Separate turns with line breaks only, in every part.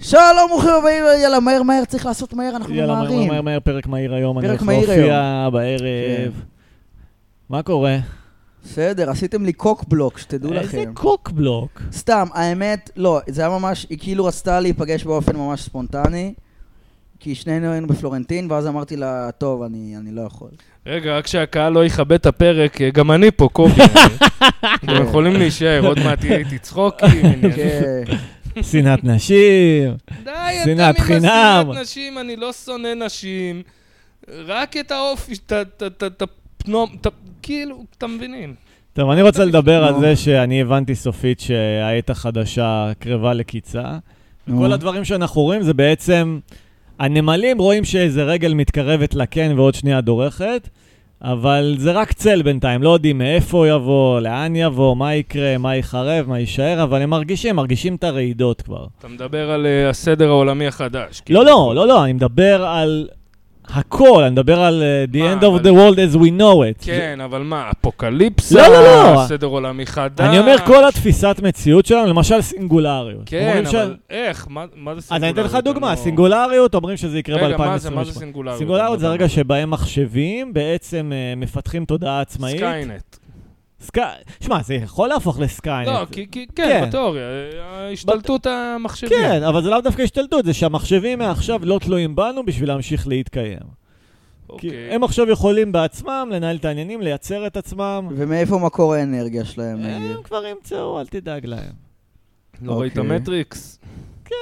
שלום, ברוכים הבאים, יאללה, מהר, מהר, צריך לעשות מהר, אנחנו
יאללה, מהר,
ממהרים.
מהר, מהר, פרק מהיר היום, אני
פרק
הולך
מהיר
להופיע
כן.
בערב. מה קורה?
בסדר, עשיתם לי קוק בלוק, שתדעו
איזה
לכם.
קוק בלוק.
סתם, האמת, לא, זה היה ממש, היא כאילו רצתה להיפגש באופן ממש ספונטני, כי שנינו היינו בפלורנטין, ואז אמרתי לה, טוב, אני אני לא יכול.
רגע, רק שהקהל לא יכבה את הפרק, אה, גם אני פה, קובי.
כן.
אתם יכולים להישאר, עוד מעט תהיי איתי צחוקים. עניינים.
כן.
שנאת נשים.
די, אתם עם
שנאת חינם.
השנאת נשים, אני לא שונא נשים. רק את האופי, ת- ת- ת- ת- פנום, ת- כאילו, אתם מבינים.
טוב, אני רוצה לדבר על
נו.
זה שאני הבנתי סופית שהעת החדשה קרבה לקיצה.
נו.
כל הדברים שאנחנו רואים זה בעצם, הנמלים רואים שאיזה רגל מתקרבת לקן ועוד שנייה דורכת, אבל זה רק צל בינתיים, לא יודעים מאיפה יבוא, לאן יבוא, מה יקרה, מה ייחרב, מה יישאר, אבל הם מרגישים, מרגישים את הרעידות כבר.
אתה מדבר על אה, הסדר העולמי החדש. כאילו.
לא, לא, לא, לא, אני מדבר על הכל, אני מדבר על אה, the
מה,
end of
אבל-
the world as we know it.
כן, אבל מה,
לא,
אפוקליפסה?
לא, לא.
סדר עולמי חדש?
אני אומר כל התפיסת מציאות שלנו, למשל סינגולריות.
כן,
אומרים ש-
אבל איך? מה מה זה
אז
סינגולריות?
אני אתן לך דוגמה,
לא-
סינגולריות אומרים שזה יקרה ב-2028.
רגע, מה זה, מה זה סינגולריות?
סינגולריות זה הרגע שבהם מחשבים בעצם אה, מפתחים תודעה עצמאית.
סקיינט.
סק- שמע, זה יכול להפוך לסקיינט.
לא, כי, כי,
כן.
כן, בתיאוריה, ההשתלטות המחשבים.
כן, אבל זה לאו דווקא השתלטות, זה שהמחשבים מעכשיו לא תלויים בנו בשביל להמשיך להתקיים. כי
אוקיי.
הם עכשיו יכולים בעצמם לנהל את העניינים, לייצר את עצמם.
ומאיפה מקור האנרגיה שלהם, נגיד?
הם כבר ימצאו, אל תדאג להם.
לא ראית
אוקיי.
מטריקס? כן.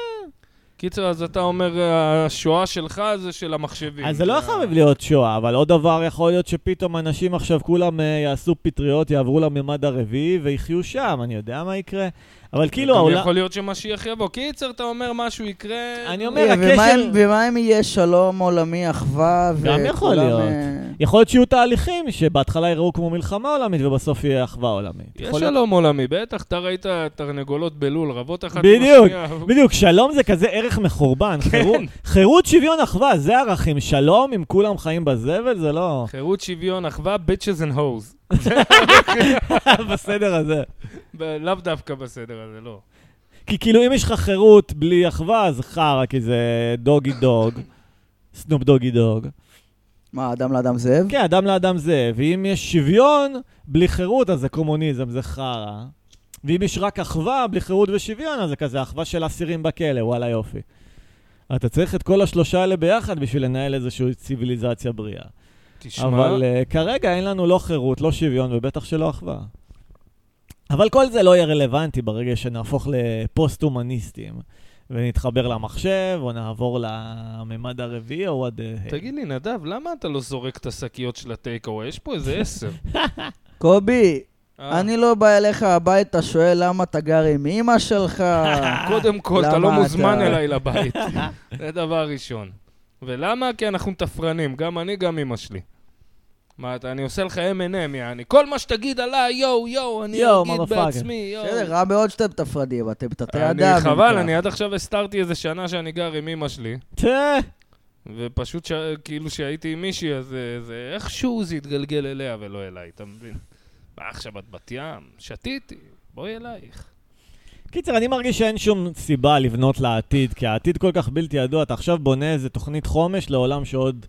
קיצר, אז אתה אומר, השואה שלך זה של המחשבים.
אז זה לא
אה,
חייב להיות שואה, אבל עוד דבר יכול להיות שפתאום אנשים עכשיו כולם אה, יעשו פטריות, יעברו לממד הרביעי ויחיו שם, אני יודע מה יקרה. אבל כאילו
גם
העולם...
יכול להיות שמשיח יבוא. קיצר, אתה אומר משהו יקרה...
אני אומר,
אה, ומה
הקשר-
אם- ומה אם יהיה שלום עולמי, אחווה, וכולם...
גם יכול להיות.
אה,
יכול להיות שיהיו תהליכים שבהתחלה יראו כמו מלחמה עולמית ובסוף יהיה אחווה עולמית.
יש
יכול להיות-
שלום עולמי, בטח, אתה ראית תרנגולות בלול, רבות אחת
בדיוק,
עם השנייה.
בדיוק, שלום זה כזה ערך מחורבן.
כן.
חירות- חירות, שוויון, אחווה, זה ערכים. שלום, אם כולם חיים בזבל, זה לא...
חירות, שוויון, אחווה, ביצ'ס אנד הוז.
בסדר הזה.
לאו דווקא בסדר הזה, לא.
כי כאילו, אם יש לך חירות בלי אחווה, אז חרא, כי זה דוגי דוג, סנופ דוגי דוג.
מה, אדם לאדם זאב?
כן, אדם לאדם זאב. ואם יש שוויון בלי חירות, אז זה קומוניזם, זה חרא. ואם יש רק אחווה בלי חירות ושוויון, אז זה כזה אחווה של אסירים בכלא, וואלה יופי. אתה צריך את כל השלושה האלה ביחד בשביל לנהל איזושהי ציוויליזציה בריאה.
תשמע,
אבל uh, כרגע אין לנו לא חירות, לא שוויון, ובטח שלא אחווה. אבל כל זה לא יהיה רלוונטי ברגע שנהפוך לפוסט-הומניסטים, ונתחבר למחשב, או נעבור לממד הרביעי, או עד... אה,
תגיד לי, נדב, למה אתה לא זורק את השקיות של הטייק אווי? יש פה איזה עשר.
קובי,
אה,
אני לא בא אליך הביתה, שואל למה אתה גר עם אמא שלך.
קודם כל, אתה
למה
לא מוזמן
אתה-
אליי לבית. זה דבר ראשון. ולמה? כי אנחנו מתפרנים, גם אני, גם אמא שלי. מה, אתה- אני עושה לך M&M, יעני. כל מה שתגיד עליי, יואו, יואו, אני
יואו,
אגיד
motherfucker.
בעצמי, יואו.
בסדר, רע מאוד שאתם תפרדים, אתם תתי
אני
אדם.
חבל,
אם
אני עד עכשיו הסתרתי איזה שנה שאני גר עם אמא שלי,
תה,
ופשוט ש- כאילו שהייתי עם מישהי, אז אה, זה איכשהו זה התגלגל אליה ולא אליי, אתה מבין? מה עכשיו את בת ים? שתיתי, בואי אלייך.
קיצר, אני מרגיש שאין שום סיבה לבנות לעתיד, כי העתיד כל כך בלתי ידוע. אתה עכשיו בונה איזה תוכנית חומש לעולם שעוד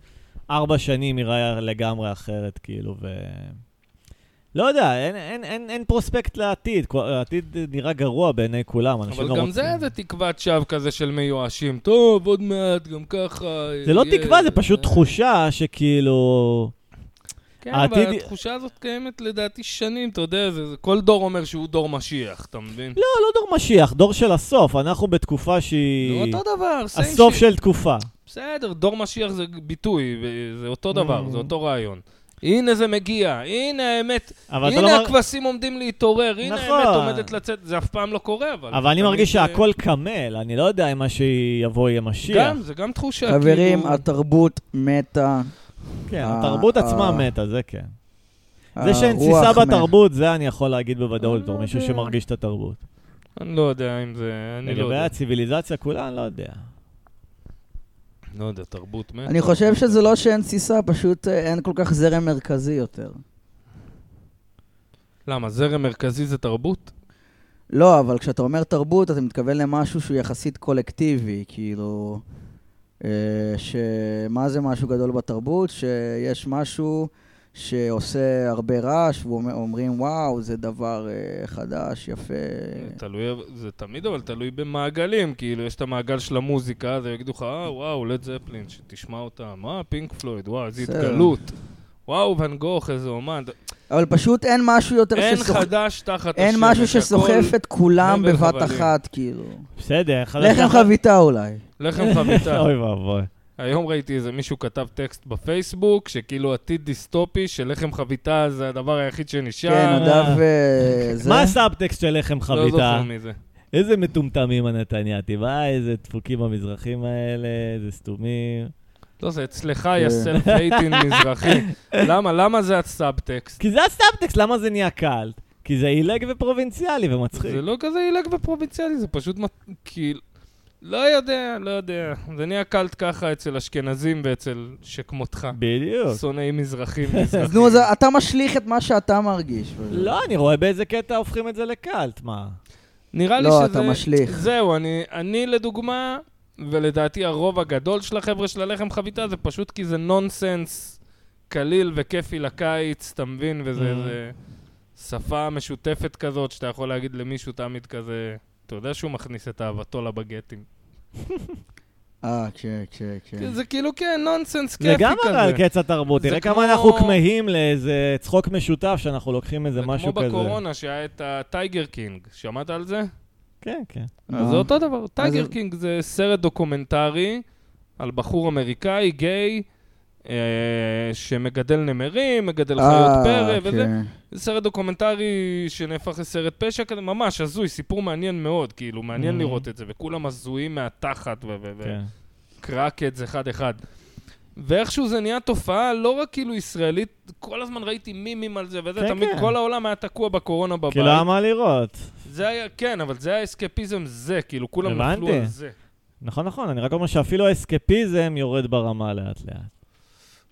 ארבע שנים ייראה לגמרי אחרת, כאילו, ו... לא יודע, אין, אין, אין, אין פרוספקט לעתיד. כל- העתיד נראה גרוע בעיני כולם, אנשים לא
אבל
רוצים.
גם זה איזה תקוות שווא כזה של מיואשים. טוב, עוד מעט, גם ככה... אה,
זה לא
יהיה-
תקווה, זה פשוט תחושה שכאילו...
כן,
העתיד-
אבל התחושה הזאת קיימת לדעתי שנים, אתה יודע, זה- זה- כל דור אומר שהוא דור משיח, אתה מבין?
לא, לא דור משיח, דור של הסוף. אנחנו בתקופה
זה
שהיא...
אותו דבר, לא, same
הסוף
shit.
של תקופה.
בסדר, דור משיח זה ביטוי, ו- זה
Mm.
אותו דבר, זה אותו רעיון. הנה זה מגיע, הנה האמת,
אבל אתה לא
הנה
מר-
הכבשים עומדים להתעורר, הנה
נכון.
האמת עומדת לצאת, זה אף פעם לא קורה, אבל...
אבל אני
אתה
מרגיש
מבין?
שהכל קמל, אני לא יודע אם מה שיבוא יהיה משיח.
גם, זה גם תחושה,
חברים,
כאילו-
התרבות מתה.
כן,
אה,
התרבות
אה.
עצמה מתה, זה כן. זה
הרוח
שאין תסיסה
מתה.
בתרבות, זה אני יכול להגיד בוודאות
אני
בתור
לא
מישהו
יודע.
שמרגיש את התרבות.
אני לא יודע אם זה... אני לא
לגבי
יודע.
הציוויליזציה כולה, אני לא יודע.
לא יודע, תרבות מת.
אני חושב שזה לא שאין תסיסה, פשוט אה, אין כל כך זרם מרכזי יותר.
למה, זרם מרכזי זה תרבות?
לא, אבל כשאתה אומר תרבות, אתה מתכוון למשהו שהוא יחסית קולקטיבי, כאילו... אה, שמה זה משהו גדול בתרבות? שיש משהו שעושה הרבה רעש, ואומרים, וואו, זה דבר אה, חדש, יפה.
תלוי, זה תמיד אבל תלוי במעגלים, כאילו יש את המעגל של המוזיקה, אז הם יגידו לך, אה, וואו, לד זפלין, שתשמע אותם, אה, פינק פלויד, וואו, איזה
בסדר.
התגלות. וואו, ואן גוך, איזה אומן.
אבל פשוט אין משהו יותר
אין
שסוחף...
חדש תחת השמש.
אין משהו
הכל-
שסוחף את כולם
הבל
בבת
חבלים.
אחת, כאילו.
בסדר, חלק
לחם
ככה-
חביתה אולי.
לחם חביתה.
אוי ואבוי.
היום ראיתי איזה מישהו כתב טקסט בפייסבוק, שכאילו עתיד דיסטופי, שלחם חביתה זה הדבר היחיד שנשאר.
כן, נדב אה, זה.
מה הסאבטקסט של לחם
לא זוכר
חביתה?
מי זה.
איזה מטומטמים הנתניאתי, וואי, איזה דפוקים המזרחים האלה, איזה סתומים.
לא, זה אצלך,
כן.
יא סלף הייטין מזרחי. למה? למה זה הסאבטקסט?
כי זה הסאבטקסט, למה זה נהיה קאלט? כי זה עילג ופרובינציאלי ומצחיק.
זה לא כזה עילג ופרובינציאלי, זה פשוט מת- כאילו... לא יודע, לא יודע. זה נהיה קלט ככה אצל אשכנזים ואצל שכמותך.
בדיוק.
שונאי מזרחים מזרחים.
אז נו, אז אתה משליך את מה שאתה מרגיש.
לא, אני רואה באיזה קטע הופכים את זה לקאלט, מה?
נראה לי
לא,
שזה...
אתה משליך.
זהו, אני, אני לדוגמה, ולדעתי הרוב הגדול של החבר'ה של הלחם חביתה זה פשוט כי זה נונסנס קליל וכיפי לקיץ, אתה מבין? וזה
Mm.
איזה שפה משותפת כזאת שאתה יכול להגיד למישהו תמיד כזה, אתה יודע שהוא מכניס את אהבתו לבגטים.
אה, כן, כן, כן.
זה כאילו כן, נונסנס
זה
כיפי
גם
כזה.
הרי על קץ התרבות,
זה
תראה
כמו-
כמה אנחנו כמהים לאיזה צחוק משותף שאנחנו לוקחים איזה משהו
כמו
כזה.
בקורונה שהיה את הטייגר קינג, שמעת על זה?
כן, כן.
נו.
אז זה אותו דבר. טייגר
אז-
קינג זה סרט דוקומנטרי על בחור אמריקאי, גיי, אה, שמגדל נמרים, מגדל חיות
אה,
פרא וזה.
כן.
זה סרט דוקומנטרי שנהפך לסרט פשע כזה, ממש הזוי, סיפור מעניין מאוד, כאילו, מעניין
Mm.
Mhm.
לראות את זה, וכולם הזויים מהתחת, ו- ו-
כן.
וקרקטס אחד-אחד. ואיכשהו זה נהיה תופעה לא רק כאילו ישראלית, כל הזמן ראיתי מימים על זה, וזה
כן,
תמיד,
כן.
כל העולם היה תקוע בקורונה
כאילו,
בבית.
כי לא היה מה לראות.
זה היה, כן, אבל זה היה אסקפיזם זה, כאילו, כולם
הבנתי.
נפלו על זה.
נכון, נכון, אני רק אומר שאפילו האסקפיזם יורד ברמה לאט-לאט.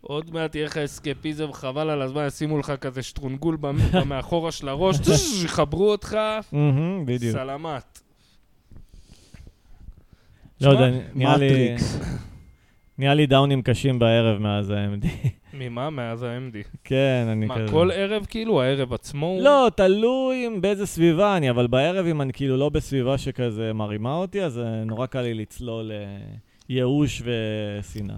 עוד מעט יהיה לך אסקפיזם, חבל על הזמן, ישימו לך כזה שטרונגול במ- מאחורה של הראש, צ'ש, יחברו אותך,
מהמם, בדיוק.
סלמת.
לא יודע,
שמע,
נראה לי...
מטריקס.
נהיה לי דאונים קשים בערב מאז ה-MD.
ממה? מאז ה-MD.
כן, אני
מה,
כזה...
כל ערב כאילו? הערב עצמו? הוא-
לא, תלוי אם באיזה סביבה אני, אבל בערב אם אני כאילו לא בסביבה שכזה מרימה אותי, אז אה, נורא קל לי לצלול אה, ייאוש ושנאה.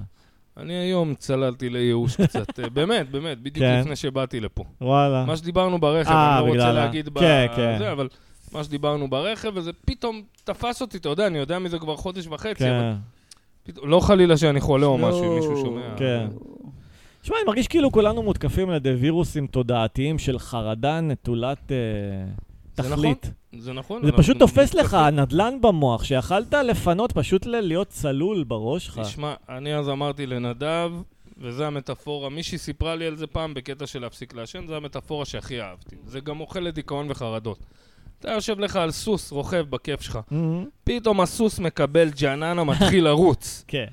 אני היום צללתי לייאוש קצת, אה, באמת, באמת, בדיוק
כן.
לפני שבאתי לפה.
וואלה.
מה שדיברנו ברכב,
אה,
אני לא רוצה
בגלל ה-
להגיד ב...
כן, כן.
זה, אבל מה שדיברנו ברכב, וזה פתאום תפס אותי, אתה יודע, אני יודע מזה כבר חודש וחצי, אבל
כן.
פתאום- לא חלילה שאני חולה או
לא.
משהו, אם מישהו שומע.
כן. תשמע, אני מרגיש כאילו כולנו מותקפים על ידי וירוסים תודעתיים של חרדה נטולת אה,
זה נכון,
תכלית.
זה נכון.
זה
אנחנו
פשוט תופס
מתקפים.
לך אה. נדלן במוח, שיכלת לפנות פשוט ל- להיות צלול בראש שלך.
תשמע, אני אז אמרתי לנדב, וזו המטאפורה, מישהי סיפרה לי על זה פעם בקטע של להפסיק לעשן, זו המטאפורה שהכי אהבתי. זה גם אוכל לדיכאון וחרדות. אתה יושב לך על סוס, רוכב בכיף שלך.
מהמם.
פתאום הסוס מקבל ג'ננה, מתחיל לרוץ.
כן.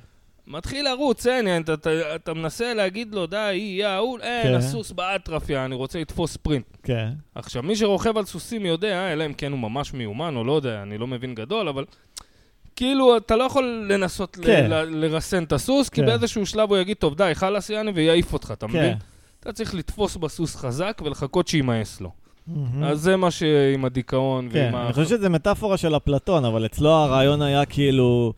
מתחיל לרוץ, אין, אין, אתה, אתה, אתה מנסה להגיד לו, די, היא, ההוא, אין,
כן.
הסוס באטרפיה, אני רוצה לתפוס ספרינט.
כן.
עכשיו, מי שרוכב על סוסים יודע, אלא אם כן הוא ממש מיומן, או לא יודע, אני לא מבין גדול, אבל כאילו, אתה לא יכול לנסות
כן.
ל- ל- לרסן את הסוס, כי
כן.
באיזשהו שלב הוא יגיד, טוב, די, חלאס יעני, ויעיף אותך, אתה
כן.
מבין? אתה צריך לתפוס בסוס חזק ולחכות שימאס לו.
מהמם.
אז זה מה שעם הדיכאון
Mm. כן,
ועם ה...
אני חושב שזה מטאפורה של אפלטון, אבל אצלו הרעיון היה כאילו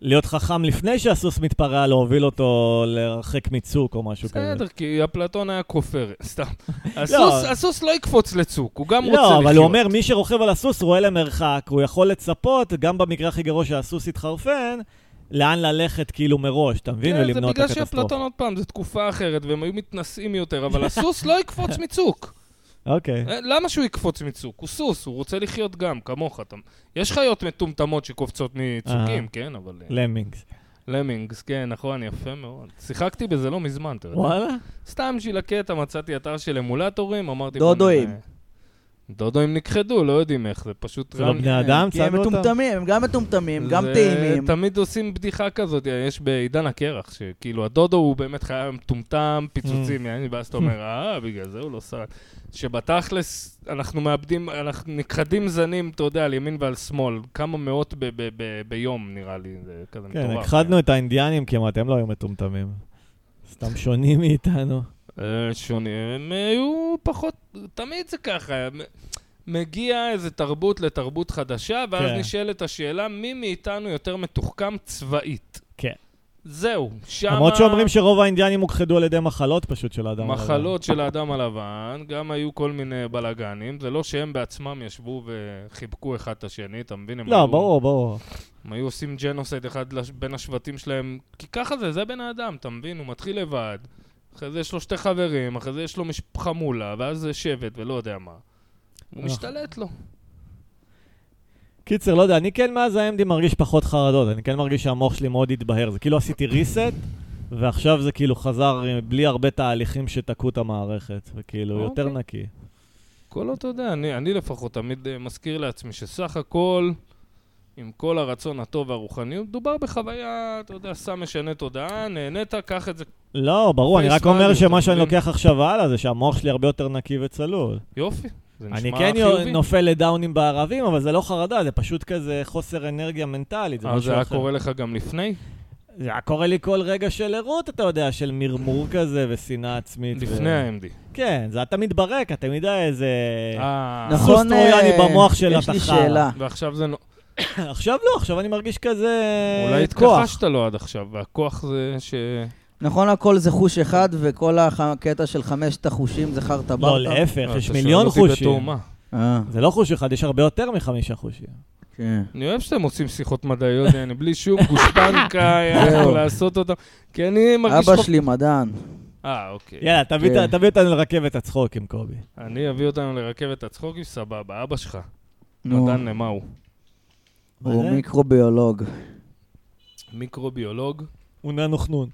להיות חכם לפני שהסוס מתפרע, להוביל אותו לרחק מצוק או משהו כזה.
בסדר, כי אפלטון היה כופר, סתם. הסוס- הסוס לא יקפוץ לצוק, הוא גם רוצה לחיות.
לא, אבל הוא אומר, מי שרוכב על הסוס רואה למרחק, הוא יכול לצפות, גם במקרה הכי גרוע שהסוס יתחרפן, לאן ללכת כאילו מראש, אתה מבין?
כן, זה
ולמנוע את
בגלל
הקטסטרופה.
שאפלטון עוד פעם, זו תקופה אחרת, והם היו מתנשאים יותר, אבל הסוס לא יקפוץ מצוק.
אוקיי.
אה, למה שהוא יקפוץ מצוק? הוא סוס, הוא רוצה לחיות גם, כמוך. אתה- יש חיות מטומטמות שקופצות מצוקים,
אהה.
כן, אבל... אה,
למינגס.
למינגס, כן, נכון, יפה מאוד. שיחקתי בזה לא מזמן, אתה יודע.
וואלה?
סתם בשביל הקטע מצאתי אתר של אמולטורים, אמרתי...
דודואים.
בוא נראה. דודו הם נכחדו, לא יודעים איך, זה אה, פשוט...
זה לא
רן-
בני אדם,
כן, כי הם
צעדו אותם.
מטומטמים, הם גם מטומטמים, גם
זה-
טעימים.
תמיד עושים בדיחה כזאת, יש בעידן הקרח, שכאילו הדודו הוא באמת חיה מטומטם,
Mm.
פיצוצים, יעני, ואז אתה אומר, אה, בגלל זה הוא לא שר. שבתכלס אנחנו מאבדים, אנחנו נכחדים זנים, אתה יודע, על ימין ועל שמאל, כמה מאות ב- ב- ב- ביום, נראה לי, זה כזה מטורף.
כן, הכחדנו את האינדיאנים כמעט, הם לא היו מטומטמים. סתם שונים מאיתנו.
אה, שונים, הם היו פחות, תמיד זה ככה. מ- מגיע איזה תרבות לתרבות חדשה, ואז
כן.
נשאלת השאלה, מי מאיתנו יותר מתוחכם צבאית?
כן.
זהו, שמה...
למרות שאומרים שרוב האינדיאנים הוכחדו על ידי מחלות פשוט של האדם. הלבן.
מחלות של האדם הלבן, גם היו כל מיני בלאגנים, זה לא שהם בעצמם ישבו וחיבקו אחד את השני, אתה מבין? הם
לא,
היו-
ברור, ברור.
הם היו עושים ג'נוסייד אחד לש... בין השבטים שלהם, כי ככה זה, זה בן האדם, אתה מבין? הוא מתחיל לבד, אחרי זה יש לו שתי חברים, אחרי זה יש לו מש... חמולה, ואז זה שבט ולא יודע מה. הוא
אנחנו-
משתלט לו.
קיצר, לא יודע, אני כן מאז ה-MD מרגיש פחות חרדות, אני כן מרגיש שהמוח שלי מאוד התבהר. זה כאילו עשיתי reset, ועכשיו זה כאילו חזר אה, בלי הרבה תהליכים שתקעו את המערכת, וכאילו
אוקיי.
יותר נקי.
כל אתה יודע, אני, אני לפחות תמיד אה, מזכיר לעצמי שסך הכל, עם כל הרצון הטוב והרוחניות, מדובר בחוויה, אתה יודע, סם משנה תודעה, נהנית, קח את זה
לא, ברור, אני
Face
רק אומר
value,
שמה
אתה
שאני
מבין?
לוקח עכשיו הלאה זה שהמוח שלי הרבה יותר נקי וצלול.
יופי, זה נשמע
אני
חיובי.
כן יו- נופל לדאונים בערבים, אבל זה לא חרדה, זה פשוט כזה חוסר אנרגיה מנטלית, זה
אה, זה
משהו
היה
אחר.
קורה לך גם לפני?
זה היה קורה לי כל רגע של ערות, אתה יודע, של מרמור כזה ושנאה עצמית. ו-
לפני ה-MD.
כן, זה היה תמיד ברקע, תמיד היה איזה...
אה,
נכון. סוס טרויאני
אה,
במוח של
יש לי
התחרה.
שאלה.
ועכשיו זה... נו-
עכשיו לא, עכשיו אני מרגיש כזה... אה,
אולי
כוח.
אה, התכחשת לו עד עכשיו, והכוח זה ש...
נכון, הכל זה חוש אחד, וכל הח- הקטע של חמשת החושים זה חרטה ברטה.
לא, להפך,
אה,
יש
אתה
מיליון
שואל אותי
חושים.
בתאומה. אה,
אה,
זה לא חוש אחד, יש הרבה יותר מחמישה חושים.
כן.
אני אוהב שאתם עושים שיחות מדעיות, אה, אני בלי שום גושפנקה, יאללה,
זהו.
לעשות אותם, כי אני מרגיש...
אבא
חופ-
שלי מדען.
אה, אוקיי.
יאללה, תביא
כן.
את- תביא אותנו לרכבת הצחוק עם קובי.
אני אביא אותנו לרכבת הצחוקים, סבבה, אבא שלך.
נו,
מדען למה הוא?
מה
הוא
זה?
מיקרוביולוג.
מיקרוביולוג.
הוא ננו חנון.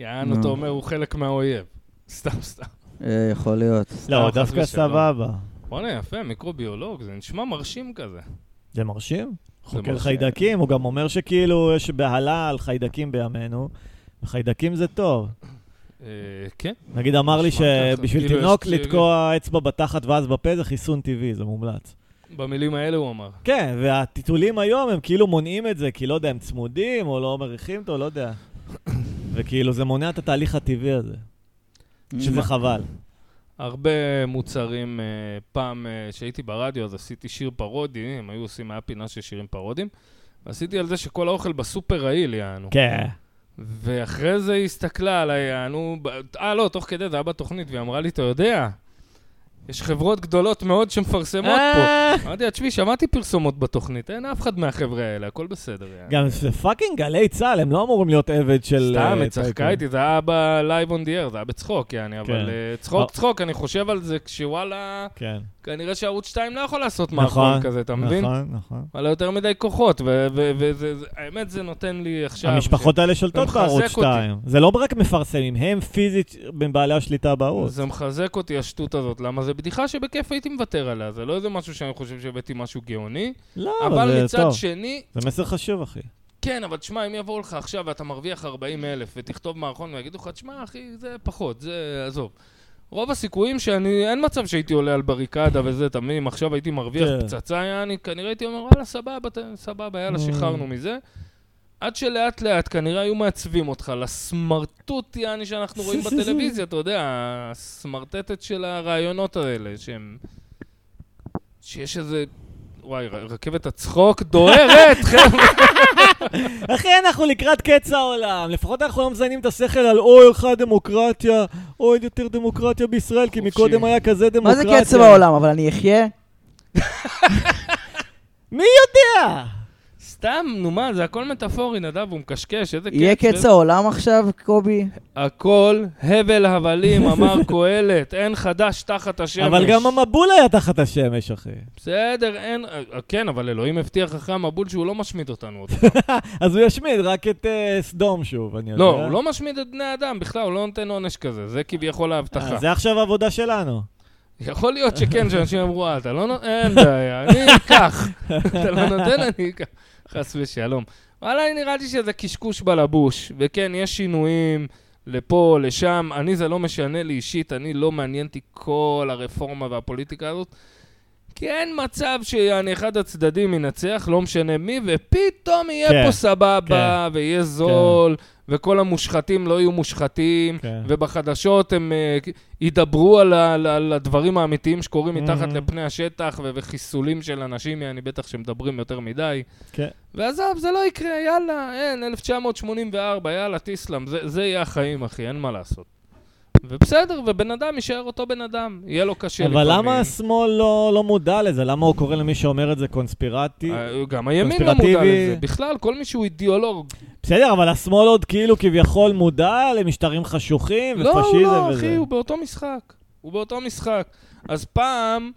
אה, יען,
נו.
אתה אומר, הוא חלק מהאויב. סתם, סתם.
אה, יכול להיות.
לא,
חס
דווקא
ושלום.
סבבה.
בואנה, יפה, מיקרוביולוג, זה נשמע מרשים כזה.
זה מרשים? חוקר
מרשים.
חיידקים, הוא גם אומר שכאילו יש בהלה על חיידקים בימינו, וחיידקים זה טוב.
אה, כן.
נגיד אמר לי
נשמע ככה.
שבשביל
כאילו,
תינוק
יש-
לתקוע אצבע בתחת ואז בפה זה חיסון טבעי, זה מומלץ.
במילים האלה הוא אמר.
כן, והטיטולים היום הם כאילו מונעים את זה, כי לא יודע, הם צמודים או לא מריחים אותו, לא יודע. וכאילו זה מונע את התהליך הטבעי הזה, שזה חבל.
הרבה מוצרים, אה, פעם אה, שהייתי ברדיו אז עשיתי שיר פרודי, הם היו עושים, היה פינה של שירים פרודים, ועשיתי על זה שכל האוכל בסופר רעיל, יענו.
כן.
ואחרי זה היא הסתכלה עליי, יענו, ב- אה לא, תוך כדי זה היה בתוכנית, והיא אמרה לי, אתה יודע, יש חברות גדולות מאוד שמפרסמות פה.
אה,
אמרתי לה, תשמעי, שמעתי פרסומות בתוכנית, אין אף אחד מהחבר'ה האלה, הכל בסדר. יענו."
גם זה פאקינג גלי צה"ל, הם לא אמורים להיות עבד של...
סתם,
אה,
היא צחקה
טייקון.
איתי, זה היה בלייב און די אר, זה היה בצחוק, יעני, אבל
כן.
אה,
אבל-
צחוק, צחוק, אני חושב על זה כשוואלה...
כן.
כנראה שערוץ 2 לא יכול לעשות
נכון,
מערכון כזה, אתה מבין?
נכון, נכון.
וואלה, יותר מדי כוחות, והאמת זה נותן לי עכשיו...
המשפחות האלה שולטות
ומחזק
בערוץ
אותי.
2. זה לא רק מפרסמים, הם פיזית מבעלי השליטה
ש-
בערוץ.
זה מחזק אותי, השטות הזאת. למה? זה בדיחה שבכיף הייתי מוותר עליה. זה לא איזה משהו שאני חושב שהבאתי משהו גאוני.
לא,
אבל
אבל זה
מצד
טוב.
שני,
זה מסר חשוב, אחי.
כן, אבל תשמע, אם יבואו לך עכשיו ואתה מרוויח 40 אלף ותכתוב מערכון ויגידו לך, תשמע, אחי, זה פחות, זה... עזוב. רוב הסיכויים שאני, אין מצב שהייתי עולה על בריקדה וזה, אתה מבין, אם עכשיו הייתי מרוויח
כן.
פצצה, יעני, כנראה הייתי אומר, וואלה, סבבה, ת- סבבה, יאללה,
Mm.
שחררנו מזה. עד שלאט לאט כנראה היו מעצבים אותך לסמרטוט, יעני, שאנחנו רואים בטלוויזיה, אתה יודע, הסמרטטת של הרעיונות האלה, שהם... שיש איזה... וואי, ר- רכבת הצחוק דוהרת, חבר'ה.
אחי, אנחנו לקראת קץ העולם. לפחות אנחנו לא מזיינים את השכל על אוי, הלכה הדמוקרטיה, אוי, אין יותר דמוקרטיה בישראל, כי
חופשי.
מקודם היה כזה
מה זה
דמוקרטיה.
קצב העולם? אבל אני אחיה?
מי יודע?
סתם, נו מה, זה הכל מטאפורי, נדב, הוא מקשקש, איזה
יהיה
קץ. כן.
קץ העולם עכשיו, קובי?
הכל הבל הבלים, אמר קהלת, אין חדש תחת השמש.
אבל גם המבול היה תחת השמש, אחי.
בסדר, אין... אה, כן, אבל אלוהים הבטיח אחרי המבול שהוא לא משמיד אותנו עוד.
אז הוא ישמיד רק את אה, סדום שוב, אני יודע.
לא, הוא לא משמיד את בני אדם בכלל, הוא לא נותן עונש כזה, זה כביכול
אה,
ההבטחה.
זה עכשיו העבודה שלנו.
יכול להיות שכן, שאנשים אמרו, אה, אתה לא נותן, אין בעיה, אני אקח. אתה לא נותן, אני אקח. חס ושלום. וואלה, נראה לי שזה קשקוש בלבוש. וכן, יש שינויים לפה, לשם. אני, זה לא משנה לי אישית, אני לא מעניין אותי כל הרפורמה והפוליטיקה הזאת. כי אין מצב שיעני אחד הצדדים ינצח, לא משנה מי, ופתאום יהיה
כן,
פה סבבה, ויהיה זול, וכל המושחתים לא יהיו מושחתים,
כן.
ובחדשות הם אה, ידברו על, ה- על, ה- על הדברים האמיתיים שקורים מתחת
Mhm.
לפני השטח, ו- וחיסולים של אנשים, אני בטח שמדברים יותר מדי.
כן.
ועזוב, זה לא יקרה, יאללה, אין, 1984, יאללה, תסלם, זה, זה יהיה החיים, אחי, אין מה לעשות. ובסדר, ובן אדם יישאר אותו בן אדם, יהיה לו קשה
אבל
לפעמים.
למה השמאל לא, לא מודע לזה? למה הוא קורא למי שאומר את זה קונספירטי?
אה, גם הימין לא מודע
קונספירטיבי.
לזה. בכלל, כל מי שהוא אידיאולוג.
בסדר, אבל השמאל עוד כאילו כביכול מודע למשטרים חשוכים ופשיזם
לא,
וזה.
הוא לא, אחי, הוא באותו משחק. הוא באותו משחק. אז פעם,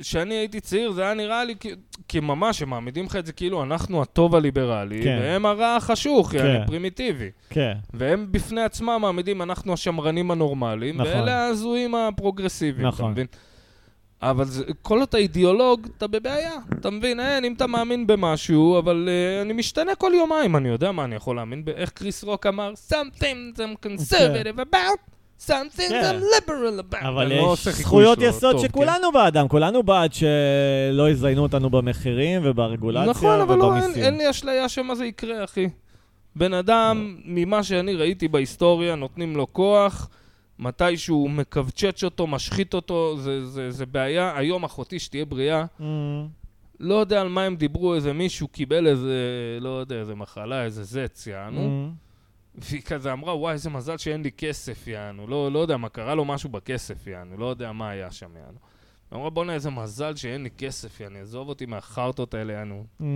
כשאני הייתי צעיר, זה היה נראה לי כ- כממש, הם מעמידים לך את זה כאילו אנחנו הטוב הליברלי,
כן.
והם הרע החשוך,
כן.
יעני פרימיטיבי.
כן,
והם בפני עצמם מעמידים, אנחנו השמרנים הנורמליים,
נכון.
ואלה ההזויים הפרוגרסיביים, אתה
נכון.
מבין? אבל זה, כל עוד אתה אידיאולוג, אתה בבעיה, אתה מבין? אין, אם אתה מאמין במשהו, אבל uh, אני משתנה כל יומיים, אני יודע מה אני יכול להאמין ב... איך קריס רוק אמר? Something I'm conservative about, something
כן.
I'm liberal about.
אבל
אני לא
יש
עושה חיקוי
זכויות
שלו,
יסוד
טוב, כן.
שכולנו בעדם, כולנו בעד שלא יזיינו אותנו במחירים
כן.
וברגולציה
נכון, אבל לא, אין,
ובמיסים.
אין לי אשליה שמה זה יקרה, אחי. בן אדם, ממה שאני ראיתי בהיסטוריה, נותנים לו כוח, מתישהו מכווצ'ץ' אותו, משחית אותו, זה, זה, זה בעיה. היום אחותי, שתהיה בריאה,
אה,
לא יודע על מה הם דיברו, איזה מישהו קיבל איזה, לא יודע, איזה מחלה, איזה זץ, יענו.
אה.
והיא כזה אמרה, וואי, איזה מזל שאין לי כסף, יענו. לא, לא יודע מה, קרה לו משהו בכסף, יענו. לא יודע מה היה שם, יענו. היא אמרה, בואנה, איזה מזל שאין לי כסף, יענו. עזוב אותי מהחרטות האלה, יענו.
אה.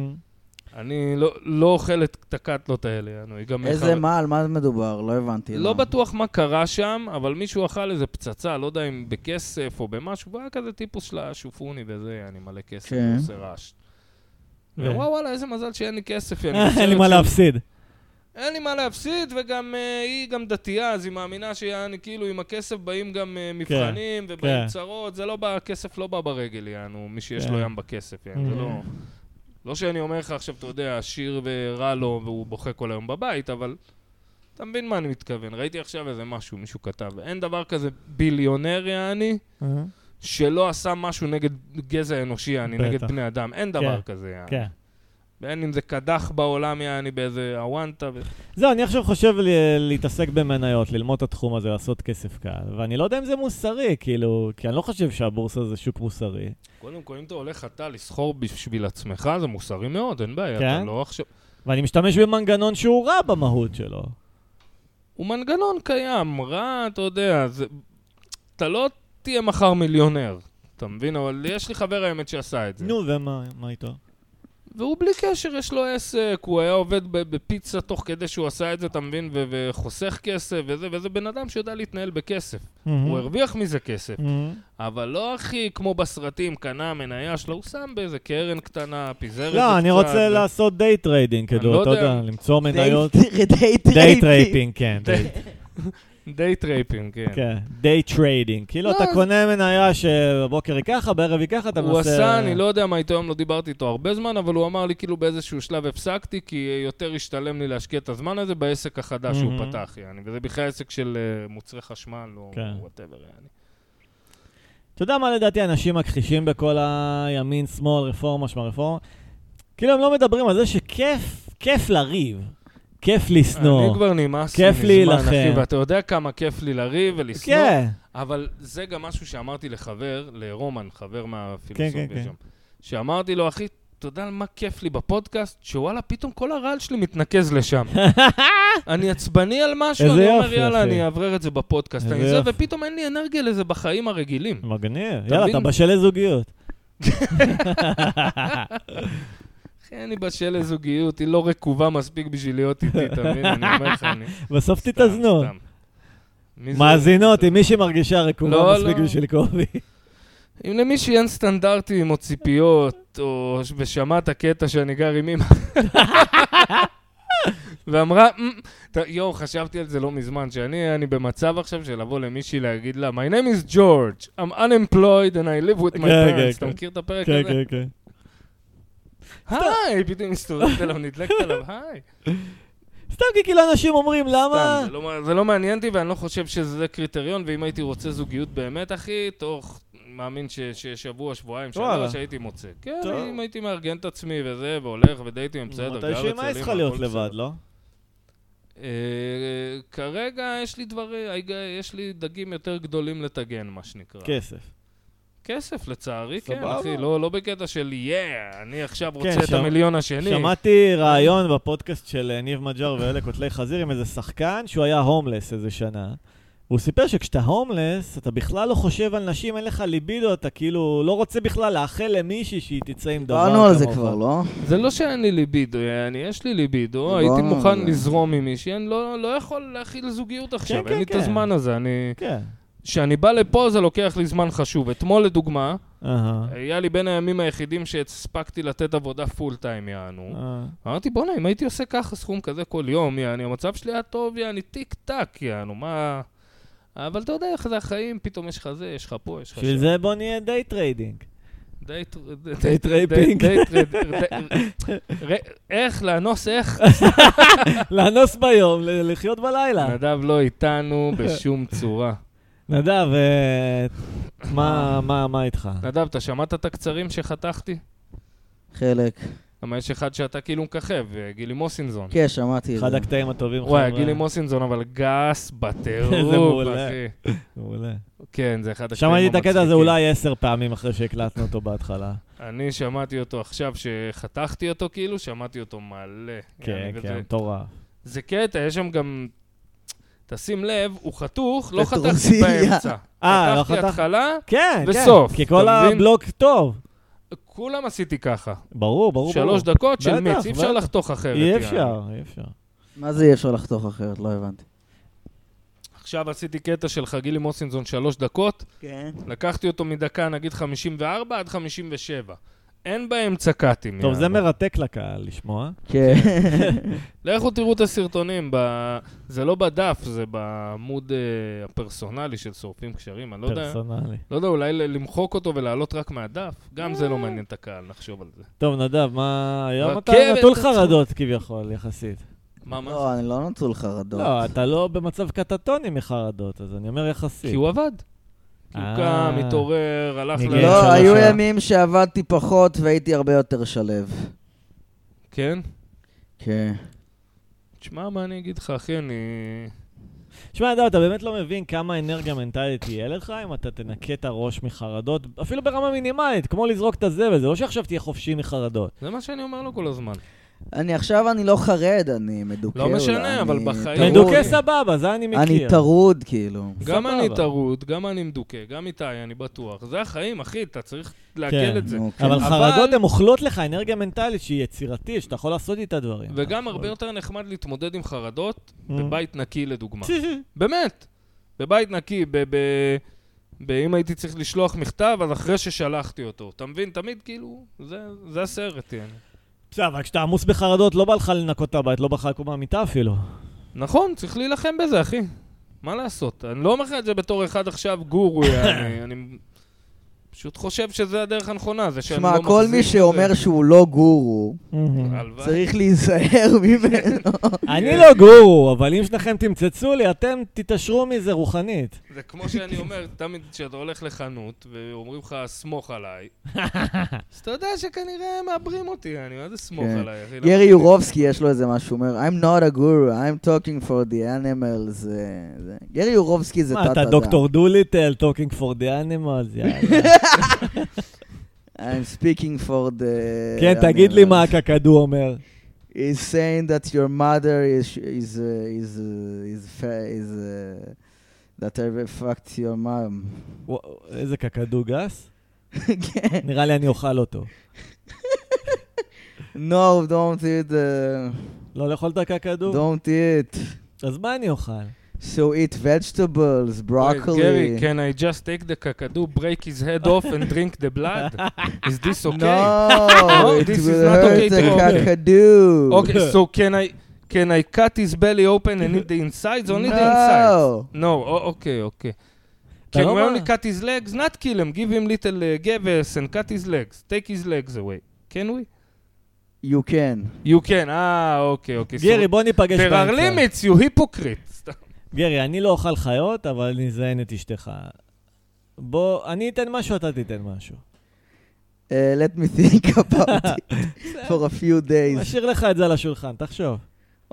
אני לא, לא אוכל את את הקאטלות האלה, יענו. היא גם...
איזה
מחר-
מה, על מה מדובר? לא הבנתי.
לא בטוח מה קרה שם, אבל מישהו אכל איזה פצצה, לא יודע אם בכסף או במשהו, והיה כזה טיפוס של השופוני וזה, אני מלא כסף,
כן.
אני עושה רעש.
ו-
וואו וואלה, איזה מזל שאין לי כסף, אני
כן. אין לי
חושבת
מה
ש-
להפסיד.
אין לי מה להפסיד, וגם אה, היא גם דתייה, אז היא מאמינה שאני כאילו, עם הכסף באים גם אה, מבחנים,
כן.
ובאים צרות, זה לא בא, הכסף לא בא ברגל, יענו, מי שיש
כן. Mm-hmm.
לו ים בכסף, יענו, זה
Mm.
לא... לא שאני אומר לך עכשיו, אתה יודע, עשיר ורע לו, והוא בוכה כל היום בבית, אבל... אתה מבין מה אני מתכוון, ראיתי עכשיו איזה משהו, מישהו כתב, אין דבר כזה ביליונר יעני,
אה.
שלא עשה משהו נגד גזע אנושי יעני, נגד
בטח.
בני אדם, אין דבר
כן,
כזה יעני.
כן.
בין אם זה קדח בעולם, יעני, באיזה הוואנטה. ו...
זהו, אני עכשיו חושב ל- להתעסק במניות, ללמוד את התחום הזה, לעשות כסף קל, ואני לא יודע אם זה מוסרי, כאילו, כי אני לא חושב שהבורסה זה שוק מוסרי.
קודם כל, אם אתה הולך אתה לסחור בשביל עצמך, זה מוסרי מאוד, אין בעיה.
כן?
אתה לא עכשיו...
ואני משתמש במנגנון שהוא רע במהות שלו.
הוא מנגנון קיים, רע, אתה יודע, זה... אתה לא תהיה מחר מיליונר, אתה מבין? אבל יש לי חבר האמת שעשה את זה.
נו, ומה מה איתו?
והוא בלי קשר, יש לו עסק, הוא היה עובד ב- בפיצה תוך כדי שהוא עשה את זה, אתה מבין? ו- וחוסך כסף וזה, וזה בן אדם שיודע להתנהל בכסף.
Mm. Mm-hmm.
הוא הרוויח מזה כסף.
אה.
אבל לא הכי כמו בסרטים, קנה מניה שלו, הוא שם באיזה קרן קטנה, פיזר את זה קצת.
לא, אני רוצה
ו-
לעשות דייט טריידינג,
אני
כאילו,
לא
אתה יודע,
יודע.
למצוא מניות.
דייט
דייט טרייפינג, כן, דייט-
דייט רייפינג, כן.
כן, דייט טריידינג. כאילו,
לא,
אתה
אז-
קונה מניה שבבוקר היא ככה, בערב היא ככה, אתה
הוא
מנסה...
עשה, אני לא יודע מה איתו, היום לא דיברתי איתו הרבה זמן, אבל הוא אמר לי כאילו באיזשהו שלב הפסקתי, כי יותר השתלם לי להשקיע את הזמן הזה בעסק החדש שהוא
מהמם.
פתח, יעני, וזה בכלל עסק של אה, מוצרי חשמל או
כן.
וואטאבר, יעני.
אתה יודע מה לדעתי אנשים מכחישים בכל הימין, שמאל, רפורמה, שמע רפורמה? כאילו, הם לא מדברים על זה שכיף, כיף לריב, כיף
אני
לשנוא.
כבר נמאס לי
כיף לי
מזמן, אחי,
להילחם.
ואתה יודע כמה כיף לי לריב ולשנוא,
כן,
אבל זה גם משהו שאמרתי לחבר, לרומן, חבר
כן, כן,
מהפילוסופיה
כן.
שם, שאמרתי לו, אחי, אתה יודע על מה כיף לי בפודקאסט? שוואלה, פתאום כל הרעל שלי מתנקז לשם. אני עצבני על משהו,
איזה
אני אומר,
יופי,
יאללה,
אחי."
אני אאוורר את זה בפודקאסט.
איזה
אני זה,
יופי.
ופתאום אין לי אנרגיה לזה בחיים הרגילים.
מגניב.
אתה
יאללה,
מבין?
אתה בשל לזוגיות.
אחי, אני בשל לזוגיות, היא לא רקובה מספיק בשביל להיות איתי, אתה מבין? אני אומר לך, אני...
בסוף
סתם,
תתאזנו.
סתם. מי זה?
מאזינות, אם מישהי מרגישה רקובה
לא,
מספיק
לא.
בשביל קובי.
אם למישהי אין סטנדרטים או ציפיות, או ש- ושמע את הקטע שאני גר עם אמא, ואמרה, "מ, ת- יואו, חשבתי על זה לא מזמן, שאני אני במצב עכשיו של לבוא למישהי להגיד לה, My name is George, I'm unemployed and I live
כן,
with my
כן,
parents. אתה
כן.
מכיר את הפרק
כן,
הזה?
כן, כן.
היי, פתאום מסתובבת אליו, נדלקת עליו, היי.
סתם כי כאילו אנשים אומרים, למה...
סתם, זה לא- זה לא מעניין אותי ואני לא חושב שזה קריטריון, ואם הייתי רוצה זוגיות באמת, אחי, תוך, מאמין ש- ששבוע, שבועיים,
וואלה.
שלוש, הייתי מוצא. כן,
טוב.
אם הייתי מארגן את עצמי וזה, והולך ודייטים, לא- בסדר, גר
מתישהו
אצל
עם היית
אמא,
צריכה להיות
הכל בסדר.
לבד, לא?
אה, כרגע יש לי דברים, יש לי דגים יותר גדולים לטגן, מה שנקרא.
כסף.
כסף, לצערי, כן,
כן. סבבה.
אחי, לא לא בקטע של יאה, אני עכשיו
כן,
רוצה את
שמע-
המיליון השני.
שמעתי רעיון בפודקאסט של אה, ניב מג'אר ואלה קוטלי חזיר עם איזה שחקן שהוא היה הומלס איזה שנה. והוא סיפר שכשאתה הומלס, אתה בכלל לא חושב על נשים, אין לך ליבידו, אתה כאילו לא רוצה בכלל לאחל למישהי שהיא תצא עם דבר כמוך.
דיברנו על זה כבר, לא?
זה לא שאין לי ליבידו, אני, יש לי ליבידו,
לא, לא,
הייתי מוכן
לא.
לזרום עם מישהי, אני לא, לא יכול להכיל זוגיות עכשיו,
כן,
אין לי
כן.
את הזמן הזה. אני...
כן.
כשאני בא לפה זה לוקח לי זמן חשוב. אתמול, לדוגמה,
אהה.
היה לי בין הימים היחידים שהספקתי לתת עבודה פול טיים, יענו.
אה.
אמרתי, בואנה, אם הייתי עושה ככה סכום כזה כל יום, יעני, המצב שלי היה טוב, יעני, טיק טק, יענו, מה... אבל אתה יודע איך זה החיים, פתאום יש לך זה, יש לך פה, יש לך
בשביל
שם.
זה בוא נהיה די טריידינג.
דייט
דייט רייפינג.
איך לאנוס איך?
לאנוס ביום, ל- לחיות בלילה.
נדב לא איתנו בשום צורה.
נדב, אה, מה- מה מה איתך?
נדב, אתה שמעת את הקצרים שחתכתי?
חלק.
למה יש אחד שאתה כאילו מככב, אה, גילי מוסינזון.
כן, שמעתי את
אחד
זה.
הקטעים הטובים,
אה, וואי, גילי מוסינזון, אבל גס
איזה
בטירוף,
מעולה.
אחי.
מעולה.
כן, זה אחד
שם
הקטעים
הייתי את הקטע הזה
המצחיקים.
אולי עשר פעמים אחרי שהקלטנו אותו בהתחלה.
אני שמעתי אותו עכשיו, שחתכתי אותו כאילו, שמעתי אותו מלא.
כן,
יעני, וזה-
כן, מטורף.
זה קטע, יש שם גם... תשים לב, הוא חתוך, לא חתכתי
בטרוזיליה.
באמצע.
אה, לא
חתכתי
חתך?
התחלה,
כן, כן.
וסוף,
כי
אתה
כל
מבין?
הבלוק טוב.
כולם עשיתי ככה.
ברור, ברור, ברור.
שלוש דקות של
בטח,
מיץ, אי אפשר
בטח.
לחתוך אחרת.
אי
יעני.
אפשר, אי אפשר.
מה זה אי אפשר לחתוך אחרת? לא הבנתי.
עכשיו עשיתי קטע של חגילי מוסינזון שלוש דקות,
כן.
לקחתי אותו מדקה נגיד 54 עד 57. אין באמצע קאטים.
טוב, זה
יעני.
מרתק לקהל לשמוע.
כן.
לכו תראו את הסרטונים, ב... זה לא בדף, זה בעמוד אה, הפרסונלי של שורפים קשרים, אני לא יודע,
פרסונלי.
לא יודע, אולי ל- למחוק אותו ולעלות רק מהדף? גם
אה.
זה לא מעניין את הקהל, נחשוב על זה.
טוב, נדב, מה... היום אתה
רכבת
נטול
עצמה.
חרדות כביכול, יחסית.
מה, מה? זה?
לא, אני לא נטול חרדות.
לא, אתה לא במצב קטטוני מחרדות, אז אני אומר יחסית.
כי הוא עבד. כי הוא
אה.
קם, התעורר, הלך
מגיל
ל-
שלוש.
לא, היו
שעה.
ימים שעבדתי פחות והייתי הרבה יותר שלו.
כן?
כן.
תשמע, מה אני אגיד לך, אחי, אני...
שמע, נדב, אתה באמת לא מבין כמה אנרגיה מנטלית תהיה לך אם אתה תנקה את הראש מחרדות, אפילו ברמה מינימלית, כמו לזרוק את הזבל, זה לא שעכשיו תהיה חופשי מחרדות.
זה מה שאני אומר לו כל הזמן.
אני עכשיו, אני לא חרד, אני מדוכא.
לא משנה,
אולי,
אבל
אני
בחיים-
טרוד.
מדוכא סבבה, זה אני מכיר.
אני טרוד, כאילו.
גם
סבבה.
אני טרוד, גם אני מדוכא, גם איתי, אני בטוח. זה החיים, אחי, אתה צריך לעכל
כן.
את זה.
נו, כן.
אבל
אבל-
חרדות הן אוכלות לך אנרגיה מנטלית שהיא יצירתית, שאתה יכול לעשות איתה דברים.
וגם הרבה יותר נחמד להתמודד עם חרדות
Mm.
בבית נקי, לדוגמה.
כן.
באמת. בבית נקי, ב... ב... ב- אם הייתי צריך לשלוח מכתב, אז אחרי ששלחתי אותו. אתה מבין? תמיד כאילו, זה- זה הסרט, יעני.
בסדר, אבל כשאתה עמוס בחרדות, לא בא לך לנקות את הבית, לא בא לך לקום מהמיטה אפילו.
נכון, צריך להילחם בזה, אחי. מה לעשות? אני לא אומר לך את זה בתור אחד עכשיו גורו, אני, אני פשוט חושב שזה הדרך הנכונה, זה שאני לא
שמע,
מחזיק...
כל מי
כן.
שאומר שהוא לא גורו,
הלוואי.
צריך להיזהר ממנו.
אני לא גורו, אבל אם שניכם תמצצו לי, אתם תתעשרו מזה רוחנית.
זה כמו שאני אומר, תמיד כשאתה הולך לחנות ואומרים לך, סמוך עליי, אז אתה יודע שכנראה מעברים אותי, אני מה זה סמוך
כן.
עליי, אחי?
גרי יורובסקי, יש לו איזה משהו, הוא אומר, I'm not a guru, I'm talking for the animals. זה- זה- גרי יורובסקי זה
מה,
תת-אדם.
אתה דוקטור דוליטל, טוקינג פור דה אנימלס, יאללה.
כן, I'm speaking for the...
כן, תגיד לי
animals.
מה הקקדו אומר.
He's saying that your mother is is uh, is uh, is fa- is uh, that I fucked your mom.
וואו, איזה קקדו גס.
כן.
נראה לי אני אוכל אותו.
no, don't eat. Uh,
לא לאכול את הקקדו?
don't eat.
אז מה אני אוכל?
So eat vegetables, broccoli.
Gary, can I just take the kakadu, break his head off and drink the blood? Is this okay?
No, it
this is
will
not
hurt
okay
the
to-
cockadoo.
Okay, so can I Can I cut his belly open and eat the insides? Only the insides.
No.
No, o- okay, okay.
אתה
Can
לא
we
מה-
only cut his legs? Not kill him, give him little uh, gavels and cut his legs. Take his legs away. Can we?
You can.
You can, אה, אוקיי, אוקיי.
גרי, בוא ניפגש
There are
באמצע.
limits, you hypocrite. סתם.
גרי, אני לא אוכל חיות, אבל אני אזיין את אשתך. בוא, אני אתן משהו, אתה תיתן משהו.
Uh, let me think about it for a few days.
אשאיר לך את זה על השולחן, תחשוב.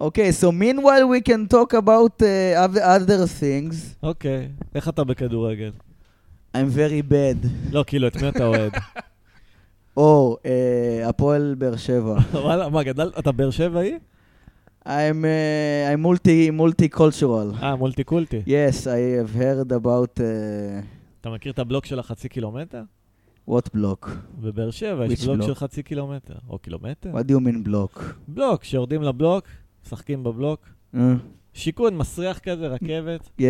Okay, so meanwhile we can talk about uh, oth- other things.
אוקיי, איך אתה בכדורגל?
I'm very bad.
לא, כאילו, את מי אתה אוהד?
Oh, uh, הפועל באר שבע.
וואלה, מה, גדל, אתה באר שבעי?
I'm uh, I'm multi multicultural.
אה, מולטי קולטי.
Yes, I have heard about uh,
אתה מכיר את הבלוק של החצי קילומטר?
what block?
בבאר שבע
Which
יש בלוק
block?
של חצי קילומטר, או קילומטר.
What do you mean block?
בלוק, שיורדים לבלוק, משחקים בבלוק.
Uh,
שיכון, מסריח כזה, רכבת.
yes.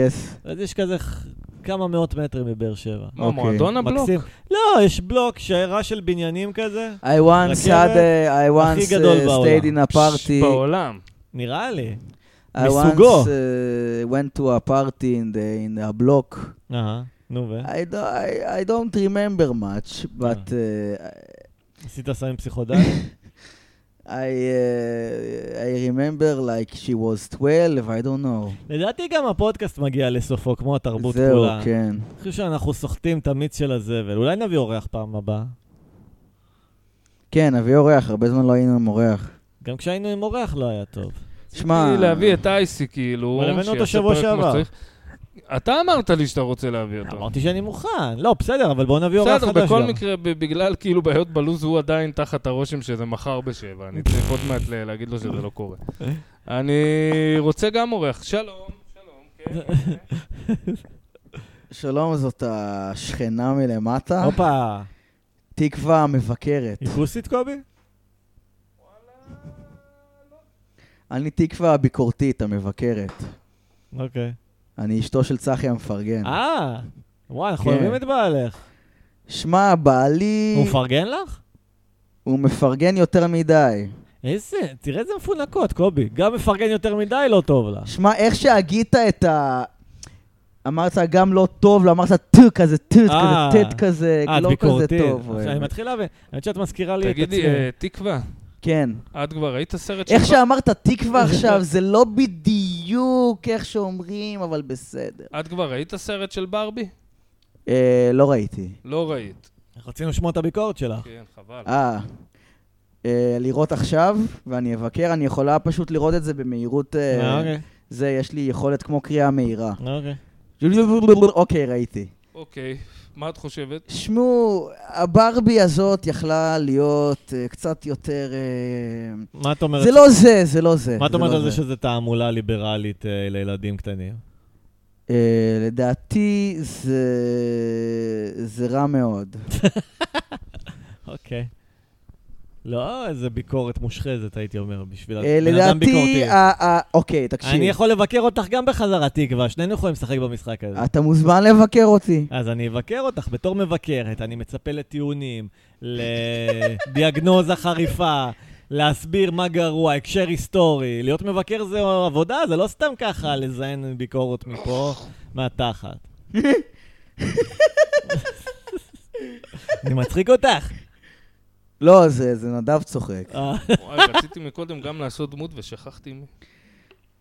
אז יש כזה ח- כמה מאות מטרים מבאר שבע.
מה,
אוקיי.
מועדון הבלוק?
מקסים. לא, יש בלוק, שיירה של בניינים כזה,
I once had a, I once
גדול
uh,
בעולם.
stayed in a
פש,
party.
בעולם.
נראה לי.
I
מסוגו.
once uh, went to a party in the in a block.
אהה, אה, נו ו?
I, do, I, I don't remember much, but uh,
עשית סמים פסיכודליים?
I uh, I remember like she was 12, I don't know.
לדעתי גם הפודקאסט מגיע לסופו, כמו התרבות
זהו,
כולה.
כן.
אני חושב שאנחנו סוחטים את המיץ של הזבל. אולי נביא אורח פעם הבאה.
כן, אביא אורח, הרבה זמן לא היינו עם אורח.
גם כשהיינו עם אורח לא היה טוב.
שמע,
רציתי להביא את אייסי, כאילו.
אבל הבאנו אותו
שיעשה
שבוע
פרק כמו
שעבר.
שצריך. אתה אמרת לי שאתה רוצה להביא אותו.
אמרתי שאני מוכן. לא, בסדר, אבל בואו נביא אורח
בסדר,
חדש
בכל
גם.
מקרה, ב- בגלל כאילו בעיות בלו"ז, הוא עדיין תחת הרושם שזה מחר בשבע. אני צריך עוד מעט ל- להגיד לו שזה לא קורה. אני רוצה גם אורח. שלום, שלום, כן.
שלום, זאת השכנה מלמטה,
הופה,
תקווה המבקרת.
היא כוסית קובי?
אני תקווה הביקורתית, המבקרת.
אוקיי.
אני אשתו של צחי המפרגן.
אה, וואי, אנחנו
כן.
אוהבים את בעלך.
שמע, בעלי,
הוא מפרגן לך?
הוא מפרגן יותר מדי.
איזה, תראה איזה מפונקות, קובי. גם מפרגן יותר מדי לא טוב לה.
שמע, איך שהגית את ה... אמרת גם לא טוב, לא אמרת טו כזה, טו
אה.
כזה, טט כזה,
אה, את
לא כזה
ביקורתית.
טוב. אה.
עכשיו, אני מתחיל להבין. האמת שאת מזכירה לי את
תגידי,
עצמי.
אה, תקווה,
כן.
את כבר ראית סרט
איך
שלך?
שאמרת תקווה עכשיו, זה לא בדיוק איך שאומרים, אבל בסדר.
את כבר ראית סרט של ברבי?
אה, לא ראיתי.
לא ראית.
רצינו לשמוע את הביקורת שלך.
כן, חבל.
אה. אה, לראות עכשיו, ואני אבקר, אני יכולה פשוט לראות את זה במהירות... אה,
אה, אוקיי,
זה, יש לי יכולת כמו קריאה מהירה.
אוקיי.
אוקיי, ראיתי.
אוקיי, מה את חושבת?
שמעו, הברבי הזאת יכלה להיות אה, קצת יותר... אה,
מה את אומרת?
זה לא זה, זה לא זה.
מה את
זה
אומרת
לא
על זה שזה תעמולה ליברלית אה, לילדים קטנים?
אה, לדעתי זה... זה רע מאוד.
אוקיי. לא איזה ביקורת מושחזת, הייתי אומר, בשביל
אה,
הבן אדם
לדעתי...
ביקורתי.
אה, אה, אוקיי,
אני
תקשיב.
יכול לבקר אותך גם בחזרה תקווה, שנינו יכולים לשחק במשחק הזה.
אתה מוזמן לבקר אותי.
אז אני אבקר אותך בתור מבקרת, אני מצפה לטיעונים, לדיאגנוזה חריפה, להסביר מה גרוע, הקשר היסטורי. להיות מבקר זה עבודה, זה לא סתם ככה לזיין ביקורת מפה, מהתחת. אני מצחיק אותך.
לא, זה זה נדב צוחק.
אה,
וואי, רציתי מקודם גם לעשות דמות ושכחתי מי.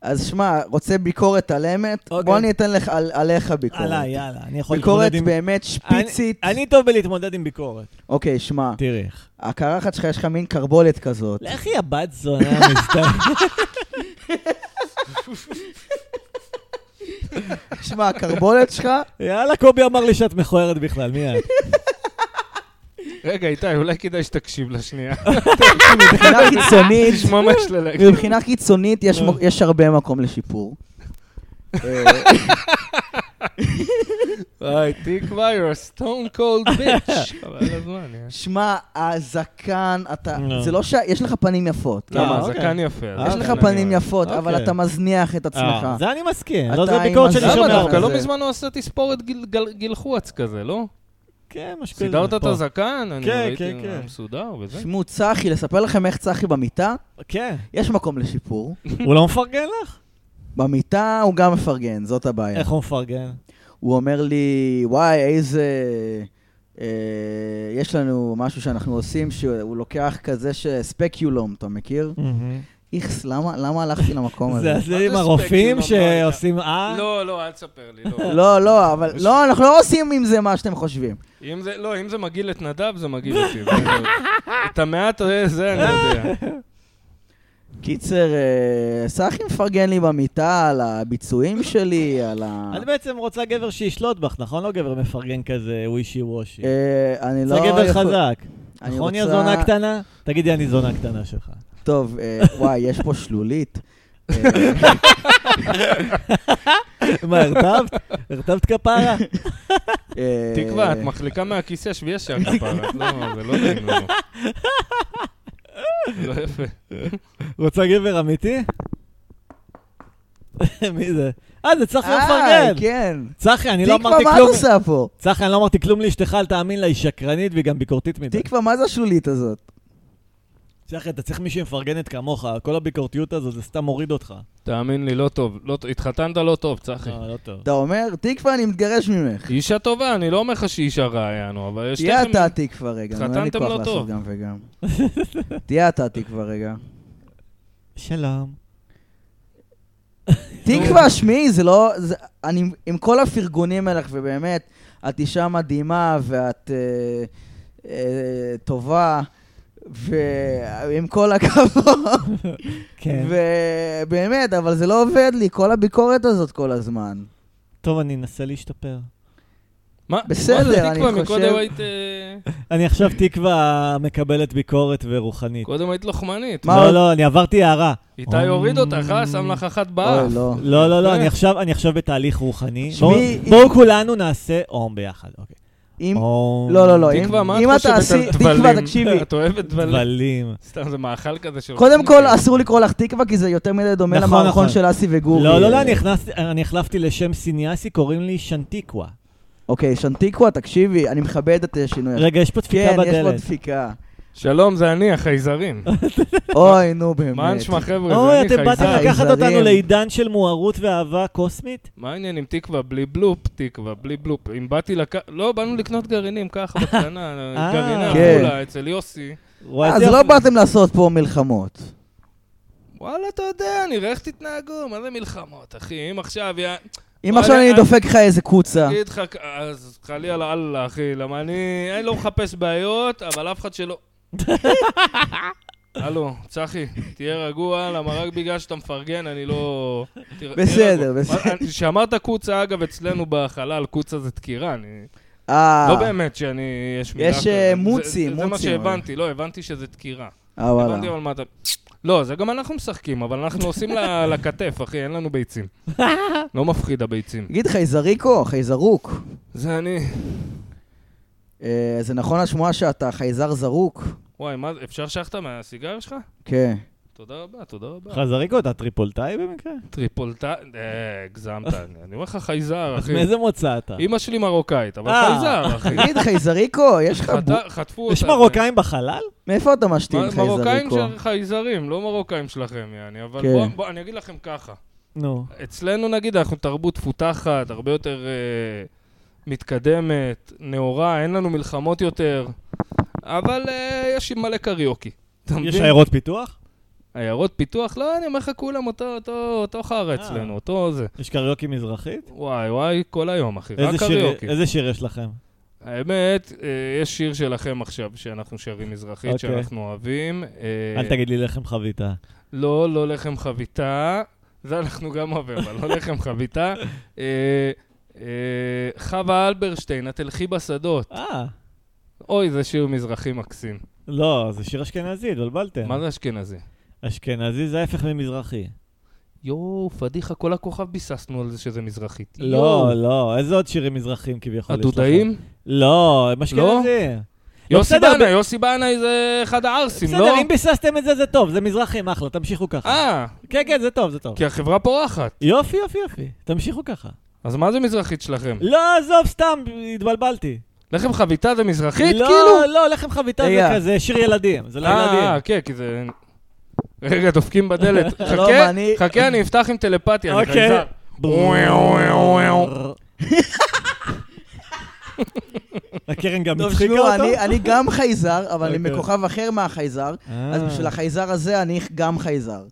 אז שמע, רוצה ביקורת על אמת?
אוקיי.
בוא אני אתן לך על- עליך ביקורת.
עליי, יאללה, אני יכול
ביקורת
להתמודד עם...
באמת שפיצית.
אני טוב בלהתמודד עם ביקורת.
אוקיי, שמע,
תראי איך.
הקרחת שלך יש לך מין קרבולת כזאת.
לכי הבת זונה המסתכלת.
שמע, הקרבולת שלך
יאללה, קובי אמר לי שאת מכוערת בכלל, מי את?
רגע, איתי, אולי כדאי שתקשיב לשנייה.
אה,
מבחינה קיצונית,
יש ממש ללכת.
אוקיי.
מבחינה קיצונית יש
אה.
מ- יש הרבה מקום לשיפור. אה,
אה.
היי, תקווה, you're a stone cold bitch. חבל על הזמן, אה.
אה,
יא.
שמע, הזקן, אתה,
לא.
זה לא ש... יש לך פנים יפות.
לא,
למה?
למה?
אוקיי.
זקן יפה. אז
יש
זקן
לך
אני
פנים
אוהב.
יפות, אבל
אוקיי.
אתה מזניח את עצמך.
אה, זה אני מסכים,
אתה
לא זה
עם
ביקורת שאני
הזין.
למה לא
שומע.
שומע
דווקא?
על
לא
זה.
מזמן הוא עשה תספורת גיל- גל- גלחוץ כזה, לא?
כן, משהו כזה.
סידרת את
פה.
הזקן? אני
כן,
ראיתי,
כן, כן.
היה מסודר וזה.
שמעו, צחי, לספר לכם איך צחי במיטה?
כן.
יש מקום לשיפור.
הוא לא מפרגן לך?
במיטה הוא גם מפרגן, זאת הבעיה.
איך הוא מפרגן?
הוא אומר לי, וואי, איזה... אה, יש לנו משהו שאנחנו עושים, שהוא לוקח כזה שספקיולום, אתה מכיר? איכס, למה, למה הלכתי למקום הזה?
זה זה עם
ספק,
הרופאים
כאילו, לא,
שעושים אה?
לא, לא, אל תספר לי, לא.
לא, לא, אבל... לא, אנחנו לא עושים עם זה מה שאתם חושבים.
אם זה, לא, אם זה מגעיל את נדב, זה מגעיל אותי. את המעט הזה, זה אני יודע.
קיצר, אה, סחי מפרגן לי במיטה על הביצועים שלי, על ה...
את בעצם רוצה גבר שישלוט בך, נכון? לא גבר מפרגן כזה ווישי וושי.
אה, אני לא...
זה גבר
יכול-
חזק.
אני
נכון, יא
רוצה-
זונה קטנה? תגידי, אני זונה קטנה שלך.
טוב, אה, וואי, יש פה שלולית. אה,
מה, הרטבת? הרטבת כפרה?
אה,
תקווה, את מחליקה מהכיסא השביעי שלך כבר, את לא, זה לא נעים לנו. לא יפה.
רוצה גבר אמיתי? מי זה? אה, זה צחי
אה,
מפרגן.
כן.
צחי, אני לא
תקווה,
אמרתי
מה את
כלום.
עושה פה?
צחי, אני לא אמרתי כלום לאשתך, אל תאמין לה, היא שקרנית והיא גם ביקורתית מדי.
תקווה, מה זה השולית הזאת?
צחי, אתה צריך מישהי מפרגנת כמוך, כל הביקורתיות הזו, זה סתם מוריד אותך.
תאמין לי, לא טוב. לא טוב. התחתנת לא טוב, צחי.
לא, לא טוב.
אתה אומר, תקווה, אני מתגרש ממך.
אישה טובה, אני לא אומר לך שהיא אישה רעה, יענו, אבל יש
תהיה
לכם...
אתה תקווה רגע, נו, אין לי
התחתנתם
כוח
לא
לעשות
טוב.
גם וגם. תהיה אתה תקווה רגע.
שלום.
תקווה, שמי, זה לא... זה- אני עם כל הפרגונים אליך, ובאמת, את אישה מדהימה, ואת אה, אה, טובה, ועם כל הכבוד.
כן.
ובאמת, אבל זה לא עובד לי, כל הביקורת הזאת כל הזמן.
טוב, אני אנסה להשתפר.
מה?
בסדר,
מה זה
אני
תקווה?
חושב-
מקודם היית... אה,
אני עכשיו תקווה מקבלת ביקורת ורוחנית.
קודם היית לוחמנית.
מה
לא,
עוד?
לא, אני עברתי הערה.
איתי הוריד אותך, אה? שם לך אחת באף.
אוי, לא.
לא, לא, לא,
אה.
אני עכשיו- אני עכשיו בתהליך רוחני.
שמי,
בואו-
אם-
בואו כולנו נעשה אום ביחד, אוקיי.
אם...
אום.
לא, לא, לא. אם-
תקווה, מה את
אם אתה
חושבת
עשי-
על דבלים?
תקווה, תקשיבי.
את אוהבת דבלים?
דבלים.
סתם, זה מאכל כזה של...
קודם כל, אסור לקרוא לך תקווה, כי זה יותר מדי דומה
נכון,
למערכון
נכון.
של אסי וגורי.
לא, לא, לא, אני הכנסתי- אני החלפתי לשם סיניאסי, קוראים לי שנטיקווה.
אוקיי, שנטיקווה, תקשיבי, אני מכבד את השינוי.
רגע, יש פה דפיקה
כן, יש פה
בדלת.
דפיקה.
שלום, זה אני, החייזרים.
אוי, נו, באמת.
מה נשמע, חבר'ה?
אוי,
זה
אתם
אני,
באתם
חייזר.
חייזר.
לקחת אותנו
חייזרים.
לעידן של מוארות ואהבה קוסמית?
מה העניין עם תקווה? בלי בלופ, תקווה, בלי בלופ. אם באתי לק... לא, באנו לקנות גרעינים ככה, בקטנה,
אה,
גרעיני
כן.
עפולה, אצל יוסי.
וואי,
אז
זה
לא
יפה.
באתם לעשות פה מלחמות.
וואלה, אתה יודע, נראה איך תתנהגו, מה זה מלחמות, אחי? אם עכשיו, יא...
אם
וואלה,
עכשיו אני
לא, אני-
דופק לך איזה קוצה.
אגיד לך, אז חלי על אללה, אחי, למה אני... אני לא מחפש בעיות, אבל אף אחד שלא. הלו, צחי, תהיה רגוע, למה רק בגלל שאתה מפרגן, אני לא... תהיה- תהיה
בסדר,
רגוע.
בסדר.
אני- כשאמרת קוצה, אגב, אצלנו בחלל, קוצה זה דקירה, אני...
אה,
לא באמת שאני... יש מילה...
יש,
כזאת.
אה,
זה-
מוצי,
זה- זה מה
מוצי,
שהבנתי, לא, הבנתי שזה דקירה.
אה, וואלה.
הבנתי אבל מה אתה... לא, זה גם אנחנו משחקים, אבל אנחנו עושים ל- לכתף, אחי, אין לנו ביצים. לא מפחיד הביצים.
תגיד, חייזריקו, חייזרוק.
זה אני...
אה, זה נכון השמועה שאתה חייזר זרוק?
וואי, מה, אפשר שחטה מהסיגר שלך?
כן.
תודה רבה, תודה רבה.
חזריקו, אתה טריפולטאי במקרה?
טריפולטה... אה, הגזמת. אני אני אומר לך חייזר,
אז
אחי.
מאיזה מוצא אתה?
אימא שלי מרוקאית, אבל
אה.
חייזר, אחי.
תגיד, חייזריקו, יש לך... בו-
חת- חטפו אותה.
יש מרוקאים בחלל?
מאיפה אתה משתין
מ- מרוקאים
חייזריקו?
של חייזרים, לא מרוקאים שלכם, יעני. אבל
כן.
בוא- בוא, אני אגיד לכם ככה.
נו.
אצלנו נגיד, אנחנו תרבות מפותחת, הרבה יותר אה, מתקדמת, נאורה, אין לנו מלחמות יותר, אבל אה, יש מלא קריוקי. אתה
יש
מבין?
עיירות פיתוח?
עיירות פיתוח? לא, אני אומר לך, כולם אותו, אותו, אותו
אה.
חרא אצלנו, אותו זה.
יש קריוקי מזרחית?
וואי, וואי, כל היום, אחי, רק
איזה שיר-
קריוקי.
איזה שיר יש לכם?
האמת, אה, יש שיר שלכם עכשיו, שאנחנו שרים מזרחית,
אוקיי.
שאנחנו אוהבים. אה,
אל תגיד לי לחם חביתה.
לא, לא לחם חביתה. זה אנחנו גם אוהבים, אבל לא לחם חביתה. אה, אה, חווה אלברשטיין, את תלכי בשדות.
אה,
אוי, זה שיר מזרחי מקסים.
לא, זה שיר אשכנזי, התבלבלתם.
מה זה אשכנזי?
אשכנזי זה ההפך ממזרחי.
יואו, פדיחה, כל הכוכב ביססנו על זה שזה מזרחית.
לא, לא, איזה עוד שירים מזרחים כביכול יש לכם?
הדודאים?
לא, הם אשכנזים. לא,
יוסי
בסדר,
בנאי,
ב-
יוסי בנאי זה אחד הערסים,
בסדר,
לא?
אם ביססתם את זה, זה טוב, זה מזרחים, אחלה, תמשיכו ככה.
אה,
כן, כן, זה טוב, זה טוב.
כי החברה פורחת.
יופי, יופי, יופי, תמשיכו ככה.
אז מה זה מזרחית שלכם?
לא, עזוב, סתם, התבלבלתי.
לחם חביתה זה מזרחית,
לא,
כאילו?
לא, לחם חביתה זה
היה.
כזה שיר ילדים, זה
אה,
לילדים.
אה, כן, כי זה... רגע, דופקים בדלת.
לא, מה,
חכה,
אני-
חכה, אני אפתח עם טלפתיה, אני
אוקיי.
חייזר.
הקרן גם
טוב,
הצחיקה
שמעו,
אותו?
אני- אני גם חייזר, אבל אני
אוקיי.
מכוכב אחר מהחייזר,
אה,
אז בשביל החייזר הזה אני גם חייזר.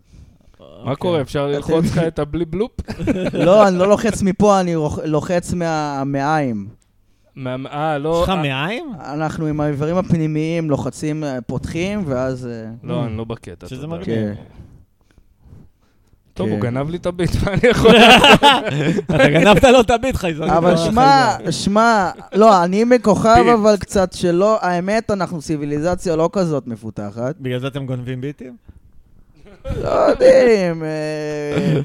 אוקיי.
מה קורה, אפשר ללחוץ לך את הבלי בלופ?
לא, אני לא לוחץ מפה, אני רוח- לוחץ מהמעיים.
מה- אה,
אוקיי. יש
לא...
לך
אה,
מעיים?
אנחנו עם האיברים הפנימיים לוחצים, אה, פותחים, ואז... אה,
לא, אני לא בקטע.
Mm. שזה
תודה.
מגניב.
כן.
טוב,
כן.
הוא גנב לי את הביט, מה אני יכול...
כן, אתה גנבת לו את הביט, לא, חייזר.
אבל
גדול.
שמע, שמע, לא, אני מכוכב,
פיפס.
אבל קצת שלא, האמת, אנחנו ציוויליזציה לא כזאת מפותחת.
בגלל זה אתם גונבים ביטים?
לא יודעים, אה,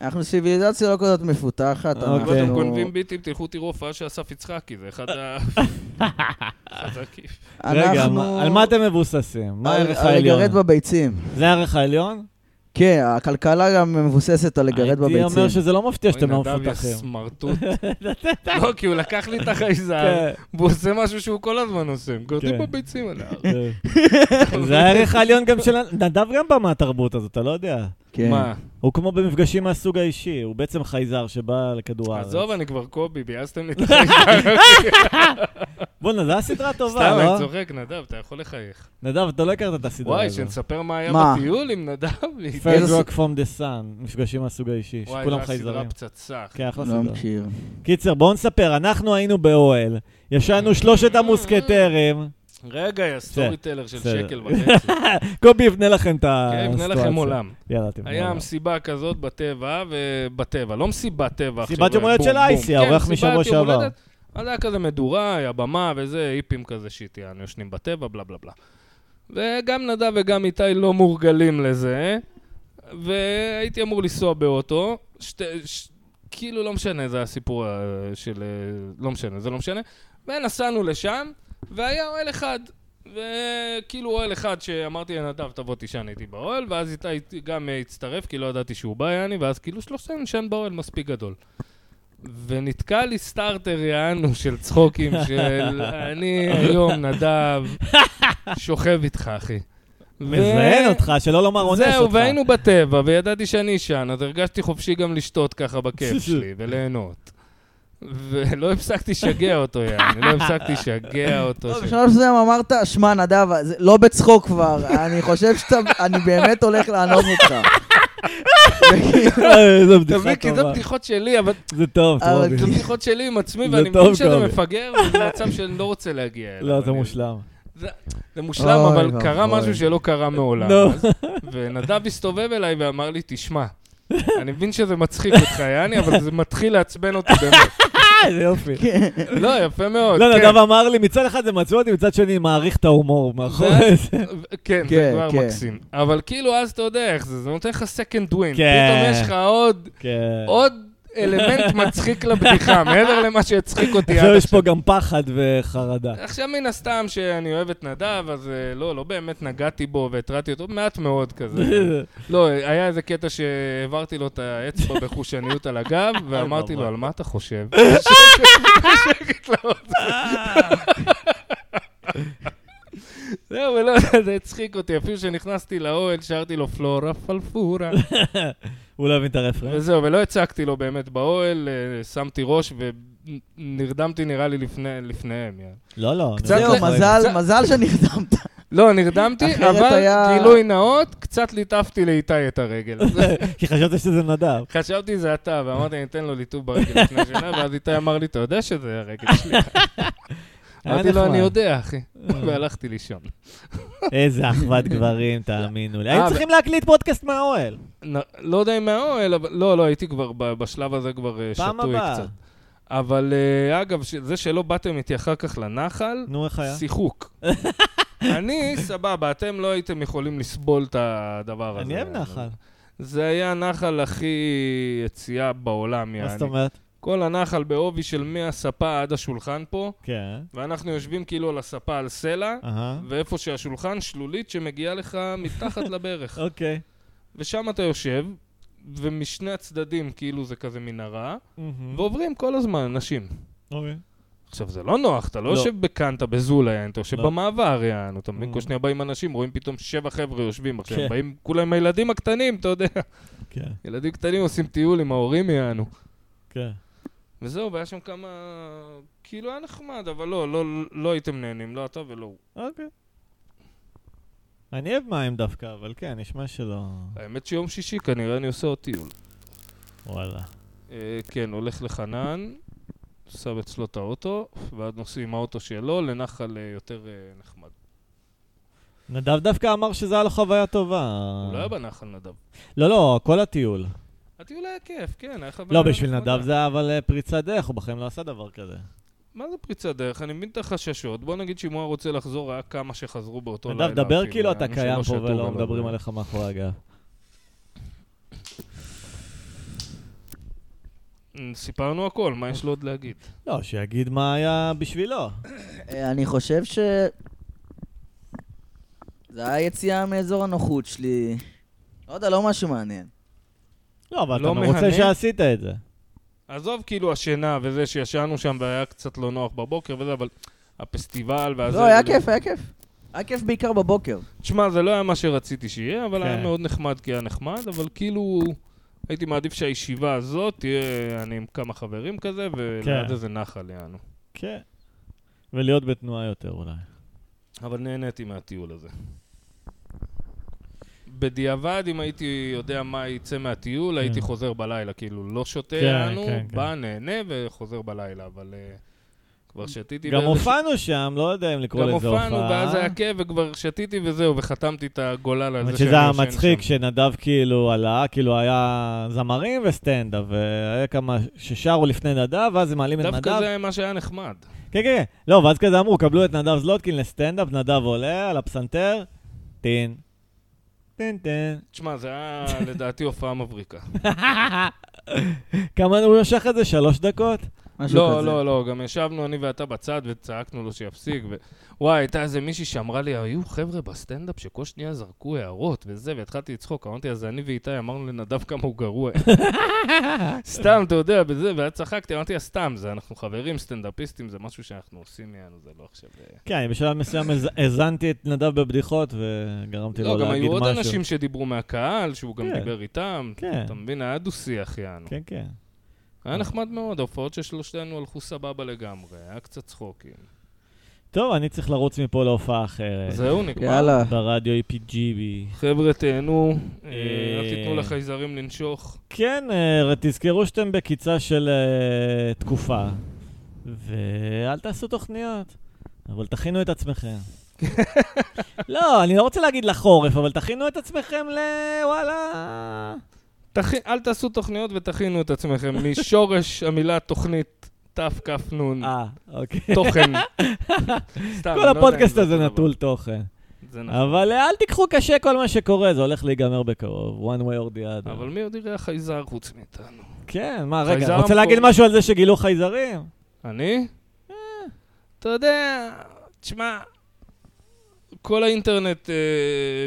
אנחנו ציוויליזציה לא כזאת מפותחת.
אוקיי.
אם אתם
אנחנו-
גונבים ביטים, תלכו תראו הופעה של אסף יצחקי, זה אחד ה... חזקים.
רגע,
אנחנו-
מה- על מה אתם מבוססים? מה
על-
הערך
על
העליון?
לגרד בביצים.
זה הערך העליון?
כן, הכלכלה גם מבוססת על לגרד
הייתי אומר
בביצים.
שזה לא מפתיע שאתם לא
אוי, נדב, יא
מפותחים.
סמרטוט. לא, כי הוא לקח לי את החייזר,
כן,
והוא עושה משהו שהוא כל הזמן עושה. גורדים
כן.
בביצים עליו.
כן. זה הערך העליון גם של... נדב גם בא מהתרבות הזאת, אתה לא יודע.
כן.
מה?
הוא כמו במפגשים מהסוג האישי, הוא בעצם חייזר שבא לכדור הארץ.
עזוב, אני כבר קובי, ביאסתם לי את החייזר.
אה, בואנה, זו הייתה סדרה
סתם,
טובה,
אני
לא?
צוחק, נדב, אתה יכול לחייך.
נדב, אתה לא הכרת את הסדרה
וואי,
הזו.
שנספר מה היה
מה?
בטיול עם נדב.
First
איזה
Rock From the Sun, מפגשים מהסוג האישי,
וואי, זו
שכולם
הסדרה
חייזרים.
פצצה.
כן, אחלה
לא
סדרה.
מכיר.
קיצר, בואו נספר, אנחנו היינו באוהל, ישנו שלושת המוסקטרים,
רגע, יא סטורי טלר של
בסדר.
שקל וחצי.
קובי יבנה לכם את ה...
כן, יבנה לכם
הסיטואציה.
עולם.
יאללה, תבנה
היה
עולם.
מסיבה כזאת בטבע, ובטבע, לא מסיבת טבע עכשיו.
מסיבת יום הולדת
בום,
של
בום.
אייסי,
כן,
האורח
מסיבת
משבוע
יום
שעבר.
הולדת. אז היה כזה מדורה, היה במה וזה, היפים כזה שיט, יענו, יושנים בטבע, בלה בלה בלה. וגם נדב וגם איתי לא מורגלים לזה, והייתי אמור לנסוע באוטו, שת, ש, כאילו לא משנה, זה הסיפור אה, של... אה, לא משנה, זה לא משנה. ונסענו לשם, והיה אוהל אחד. וכאילו אוהל אחד שאמרתי לנדב, תבוא תישן איתי באוהל, ואז איתי גם אה, הצטרף, כי לא ידעתי שהוא בא, יעני, ואז כאילו שלושתנו נשן באוהל מספיק גדול. ונתקע לי סטארטר, יענו, של צחוקים, של אני היום, נדב, שוכב איתך, אחי. ו-
מזיין אותך, שלא לומר אונס אותך.
זהו, והיינו בטבע, וידעתי שאני אישן, אז הרגשתי חופשי גם לשתות ככה בכיף שלי, וליהנות. ולא הפסקתי לשגע אותו, יעני, לא הפסקתי לשגע אותו.
לא,
ש-
בשלב מסוים אמרת, שמע, נדב, זה לא בצחוק כבר, אני חושב שאתה, אני באמת הולך לענוג אותך.
אה, זו
אתה
בדיחה
מבין, כי זה
טובה.
בדיחות שלי, אבל
זה טוב,
אבל
טוב.
זה בדיחות שלי עם עצמי,
זה
ואני
טוב,
מבין שזה
קובי.
מפגר, וזה מצב שאני לא רוצה להגיע אליו.
לא, זה
אני-
מושלם.
זה מושלם,
אוי
אבל
ואבוי.
קרה משהו שלא קרה מעולם.
נו.
אז. ונדב הסתובב אליי ואמר לי, תשמע, אני מבין שזה מצחיק אותך, יעני, אבל זה מתחיל לעצבן אותי באמת.
אה, זה יופי.
לא, יפה מאוד.
לא,
כן.
נדב אמר לי, מצד אחד זה מצאו אותי, מצד שני מעריך את ההומור מאחורי זה.
כן, זה
כן,
כבר
כן.
מקסים. אבל כאילו, אז אתה יודע איך זה, זה נותן לך second win.
כן.
פתאום יש לך עוד-
כן.
עוד אלמנט מצחיק לבדיחה, מעבר למה שהצחיק אותי
עכשיו
עד
לא, יש
עכשיו.
פה גם פחד וחרדה.
עכשיו, מן הסתם שאני אוהב את נדב, אז אה, לא, לא באמת נגעתי בו והתרעתי אותו, מעט מאוד כזה. לא, היה איזה קטע שהעברתי לו את האצבע בחושניות על הגב,
אה,
ואמרתי לו, על מה אתה חושב? שקט לאוזן.
אה.
זהו, ולא, זה הצחיק אותי. אפילו כשנכנסתי לאוהל, שרתי לו פלורה פלפורה.
הוא לא הבין את הרפרנס.
וזהו, ולא הצקתי לו באמת באוהל, אה, שמתי ראש ונרדמתי נראה לי לפני- לפניהם. יאללה.
לא, לא.
קצת
זהו,
זה-
מזל,
זה-
מזל שנרדמת.
לא, נרדמתי,
אחרת
אבל
היה-
גילוי נאות, קצת ליטפתי לאיתי את הרגל.
כי חשבת שזה נדב.
חשבתי זה אתה, ואמרתי, אני אתן לו ליטוב ברגל לפני שינה, ואז איתי אמר לי, אתה יודע שזה הרגל שלי?
היה
אמרתי לו,
נחמד. אה.
אני יודע, אחי. והלכתי לישון.
איזה אחוות גברים, תאמינו לי. היינו
אה,
צריכים להקליט פודקאסט מהאוהל.
נ- לא יודע אם מהאוהל, אבל... לא, לא, הייתי כבר, ב- בשלב הזה כבר אה,
פעם
שתוי
הבאה.
קצת. אבל אה, אגב, ש- זה שלא באתם איתי אחר כך לנחל,
נו, איך היה?
שיחוק. אני, סבבה, אתם לא הייתם יכולים לסבול את הדבר הזה.
אני אוהב נחל.
זה היה הנחל הכי יציאה בעולם,
מה זאת
יעני.
אומרת?
כל הנחל בעובי של מהספה עד השולחן פה,
כן.
ואנחנו יושבים כאילו על הספה על סלע,
אהה.
ואיפה שהשולחן, שלולית שמגיעה לך מתחת לברך.
אוקיי.
ושם אתה יושב, ומשני הצדדים כאילו זה כזה מנהרה,
מהמם.
ועוברים כל הזמן אנשים.
אוקיי.
עכשיו, זה לא נוח, אתה לא
לא.
יושב בכאן, אתה בזולה, יעני, אתה יושב
לא.
במעבר, יענו, אתה מבין?
Mm.
כל שנייה באים אנשים, רואים פתאום שבע חבר'ה יושבים עכשיו,
כן.
באים כולם עם הילדים הקטנים, אתה יודע.
כן,
ילדים קטנים עושים טיול עם ההורים, יענו.
כן.
וזהו, והיה שם כמה... כאילו, היה נחמד, אבל לא, לא, לא הייתם נהנים, לא אתה ולא הוא.
אוקיי. אני אוהב מים דווקא, אבל כן, נשמע שלא...
האמת שיום שישי כנראה אני עושה עוד טיול.
וואלה.
אה, כן, הולך לחנן, שם אצלו את האוטו, ואז נוסעים עם האוטו שלו לנחל אה, יותר אה, נחמד.
נדב דווקא אמר שזה היה לו חוויה טובה.
הוא לא היה בנחל, נדב.
לא, לא, כל הטיול.
הטיול היה כיף, כן, היה חוויה
לא, בשביל
נחמדה.
נדב זה היה אבל אה, פריצת דרך, הוא בחיים לא עשה דבר כזה.
מה זה פריצת דרך? אני מבין את החששות. בוא נגיד שאם הוא היה רוצה לחזור, היה כמה שחזרו באותו לילה.
נדב, דבר
אפילו,
כאילו אתה
אנשים
קיים
לא
פה
שתו
ולא
ולא-
מדברים עליך מאחורי הגב.
אה, סיפרנו הכל, מה יש לו עוד להגיד?
לא, שיגיד מה היה בשבילו.
אה, אני חושב ש... זה היה יציאה מאזור הנוחות שלי. לא יודע, לא משהו מעניין.
לא, אבל
לא
אתה מרוצה
מהנה?
שעשית את זה.
עזוב כאילו השינה וזה שישנו שם והיה קצת לא נוח בבוקר וזה, אבל הפסטיבל והזה...
לא, היה כיף, היה כיף. היה כיף בעיקר בבוקר.
תשמע, זה לא היה מה שרציתי שיהיה, אבל היה
כן.
מאוד נחמד כי היה נחמד, אבל כאילו... הייתי מעדיף שהישיבה הזאת תהיה, אני עם כמה חברים כזה, וליד
כן.
איזה נחל יענו.
כן. ולהיות בתנועה יותר אולי.
אבל נהניתי מהטיול הזה. בדיעבד, אם הייתי יודע מה יצא מהטיול, הייתי
כן.
חוזר בלילה, כאילו, לא שותה
כן,
לנו,
כן, כן.
בא, נהנה וחוזר בלילה, אבל אה, כבר שתיתי...
גם
באיזה-
הופענו שם, לא יודע אם לקרוא
גם
לזה הופעה.
הופענו, ואז היה כיף, וכבר שתיתי וזהו, וחתמתי את הגולל על
האמת
זה לא
שזה היה
ישן
מצחיק
שם.
שנדב כאילו עלה, כאילו היה זמרים וסטנדאפ, והיה כמה ששרו לפני נדב, ואז הם מעלים את נדב.
דווקא זה מה שהיה נחמד.
כן, כן, כן. לא, ואז כזה אמרו, קבלו את נדב זלוטקין לסטנדאפ, נדב עולה על הפסנתר, טין. טין טין.
תשמע, זה היה לדעתי הופעה מבריקה.
כמה הוא משך את זה? שלוש דקות?
משהו
לא,
כזה.
לא, לא, גם ישבנו אני ואתה בצד וצעקנו לו שיפסיק, ו... וואי, הייתה איזה מישהי שאמרה לי, היו חבר'ה בסטנדאפ שכל שנייה זרקו הערות וזה, והתחלתי לצחוק, אמרתי, אז אני ואיתי אמרנו לנדב כמה הוא גרוע. סתם, אתה יודע, בזה, ואז צחקתי, אמרתי, אז סתם, זה אנחנו חברים, סטנדאפיסטים, זה משהו שאנחנו עושים, יענו, זה לא עכשיו... אה."
כן, אני בשלב מסוים הז- האזנתי את נדב בבדיחות וגרמתי לו להגיד
לא, גם
משהו.
היו עוד אנשים שדיברו מהקהל, שהוא גם
כן.
דיבר איתם,
כן.
אתה מבין, היה דו-שיח, יענו.
כן, כן.
היה נחמד מאוד, ההופעות של שלושתנו הלכו סבבה לגמרי, היה קצת צחוקים.
טוב, אני צריך לרוץ מפה להופעה אחרת.
זהו, נגמר.
יאללה.
ברדיו E EPGB.
חבר'ה, תהנו, אה,
אה,
אל תיתנו לחייזרים לנשוך.
כן, אה, תזכרו שאתם בקיצה של אה, תקופה, ואל תעשו תוכניות, אבל תכינו את עצמכם. לא, אני לא רוצה להגיד לחורף, אבל תכינו את עצמכם לוואלה...
תכ- אל תעשו תוכניות ותכינו את עצמכם. משורש המילה תוכנית תכנון,
אה, אוקיי.
תוכן. סתם,
כל
אני לא יודע אם
הפודקאסט
זה
הזה
אותו
נטול תוכן.
דבר. זה נכון.
אבל אה, אל תיקחו קשה כל מה שקורה, זה הולך להיגמר בקרוב, one way or the other.
אבל מי עוד יראה חייזר חוץ מאיתנו?
כן, מה, רגע,
חייזר
רוצה
המקור.
להגיד משהו על זה שגילו חייזרים?
אני?
אה,
אתה יודע, תשמע, כל האינטרנט אה,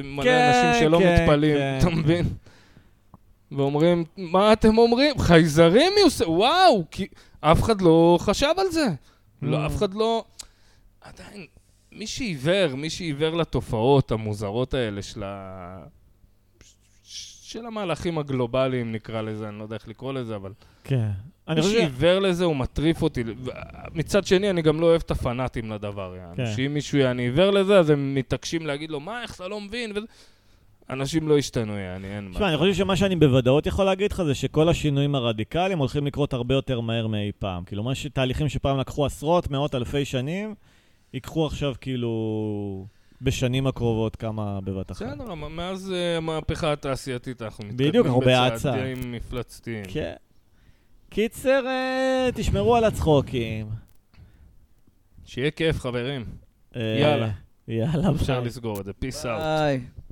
מלא
כן,
אנשים שלא
כן,
מתפלאים,
כן.
אתה מבין? ואומרים, מה אתם אומרים? חייזרים יוס... וואו, כי אף אחד לא חשב על זה.
אה.
לא, אף אחד לא... עדיין, מי שעיוור, מי שעיוור לתופעות המוזרות האלה של ה... של המהלכים הגלובליים, נקרא לזה, אני לא יודע איך לקרוא לזה, אבל...
כן. אני
מי
חושב... ש-
שעיוור לזה הוא מטריף אותי. ו- מצד שני, אני גם לא אוהב את הפנאטים לדבר.
כן.
כן. שאם מישהו יעני עיוור לזה, אז הם מתעקשים להגיד לו, מה, איך אתה לא מבין? וזה- אנשים לא השתנו, יעני, אין
תשמע,
מה.
אני חושב שמה שאני בוודאות יכול להגיד לך זה שכל השינויים הרדיקליים הולכים לקרות הרבה יותר מהר מאי פעם. כאילו, מה שתהליכים שפעם לקחו עשרות, מאות, אלפי שנים, ייקחו עכשיו כאילו בשנים הקרובות כמה בבת אחת.
בסדר, אבל מאז אה, המהפכה התעשייתית אנחנו מתקדמים
בדיוק, אנחנו בהאצה.
בצעדים מפלצתיים.
כן. קיצר, אה, תשמרו על הצחוקים.
שיהיה כיף, חברים.
אה,
יאללה.
יאללה,
אפשר
אה, ביי.
לסגור את זה. פיס אאוט.
ביי.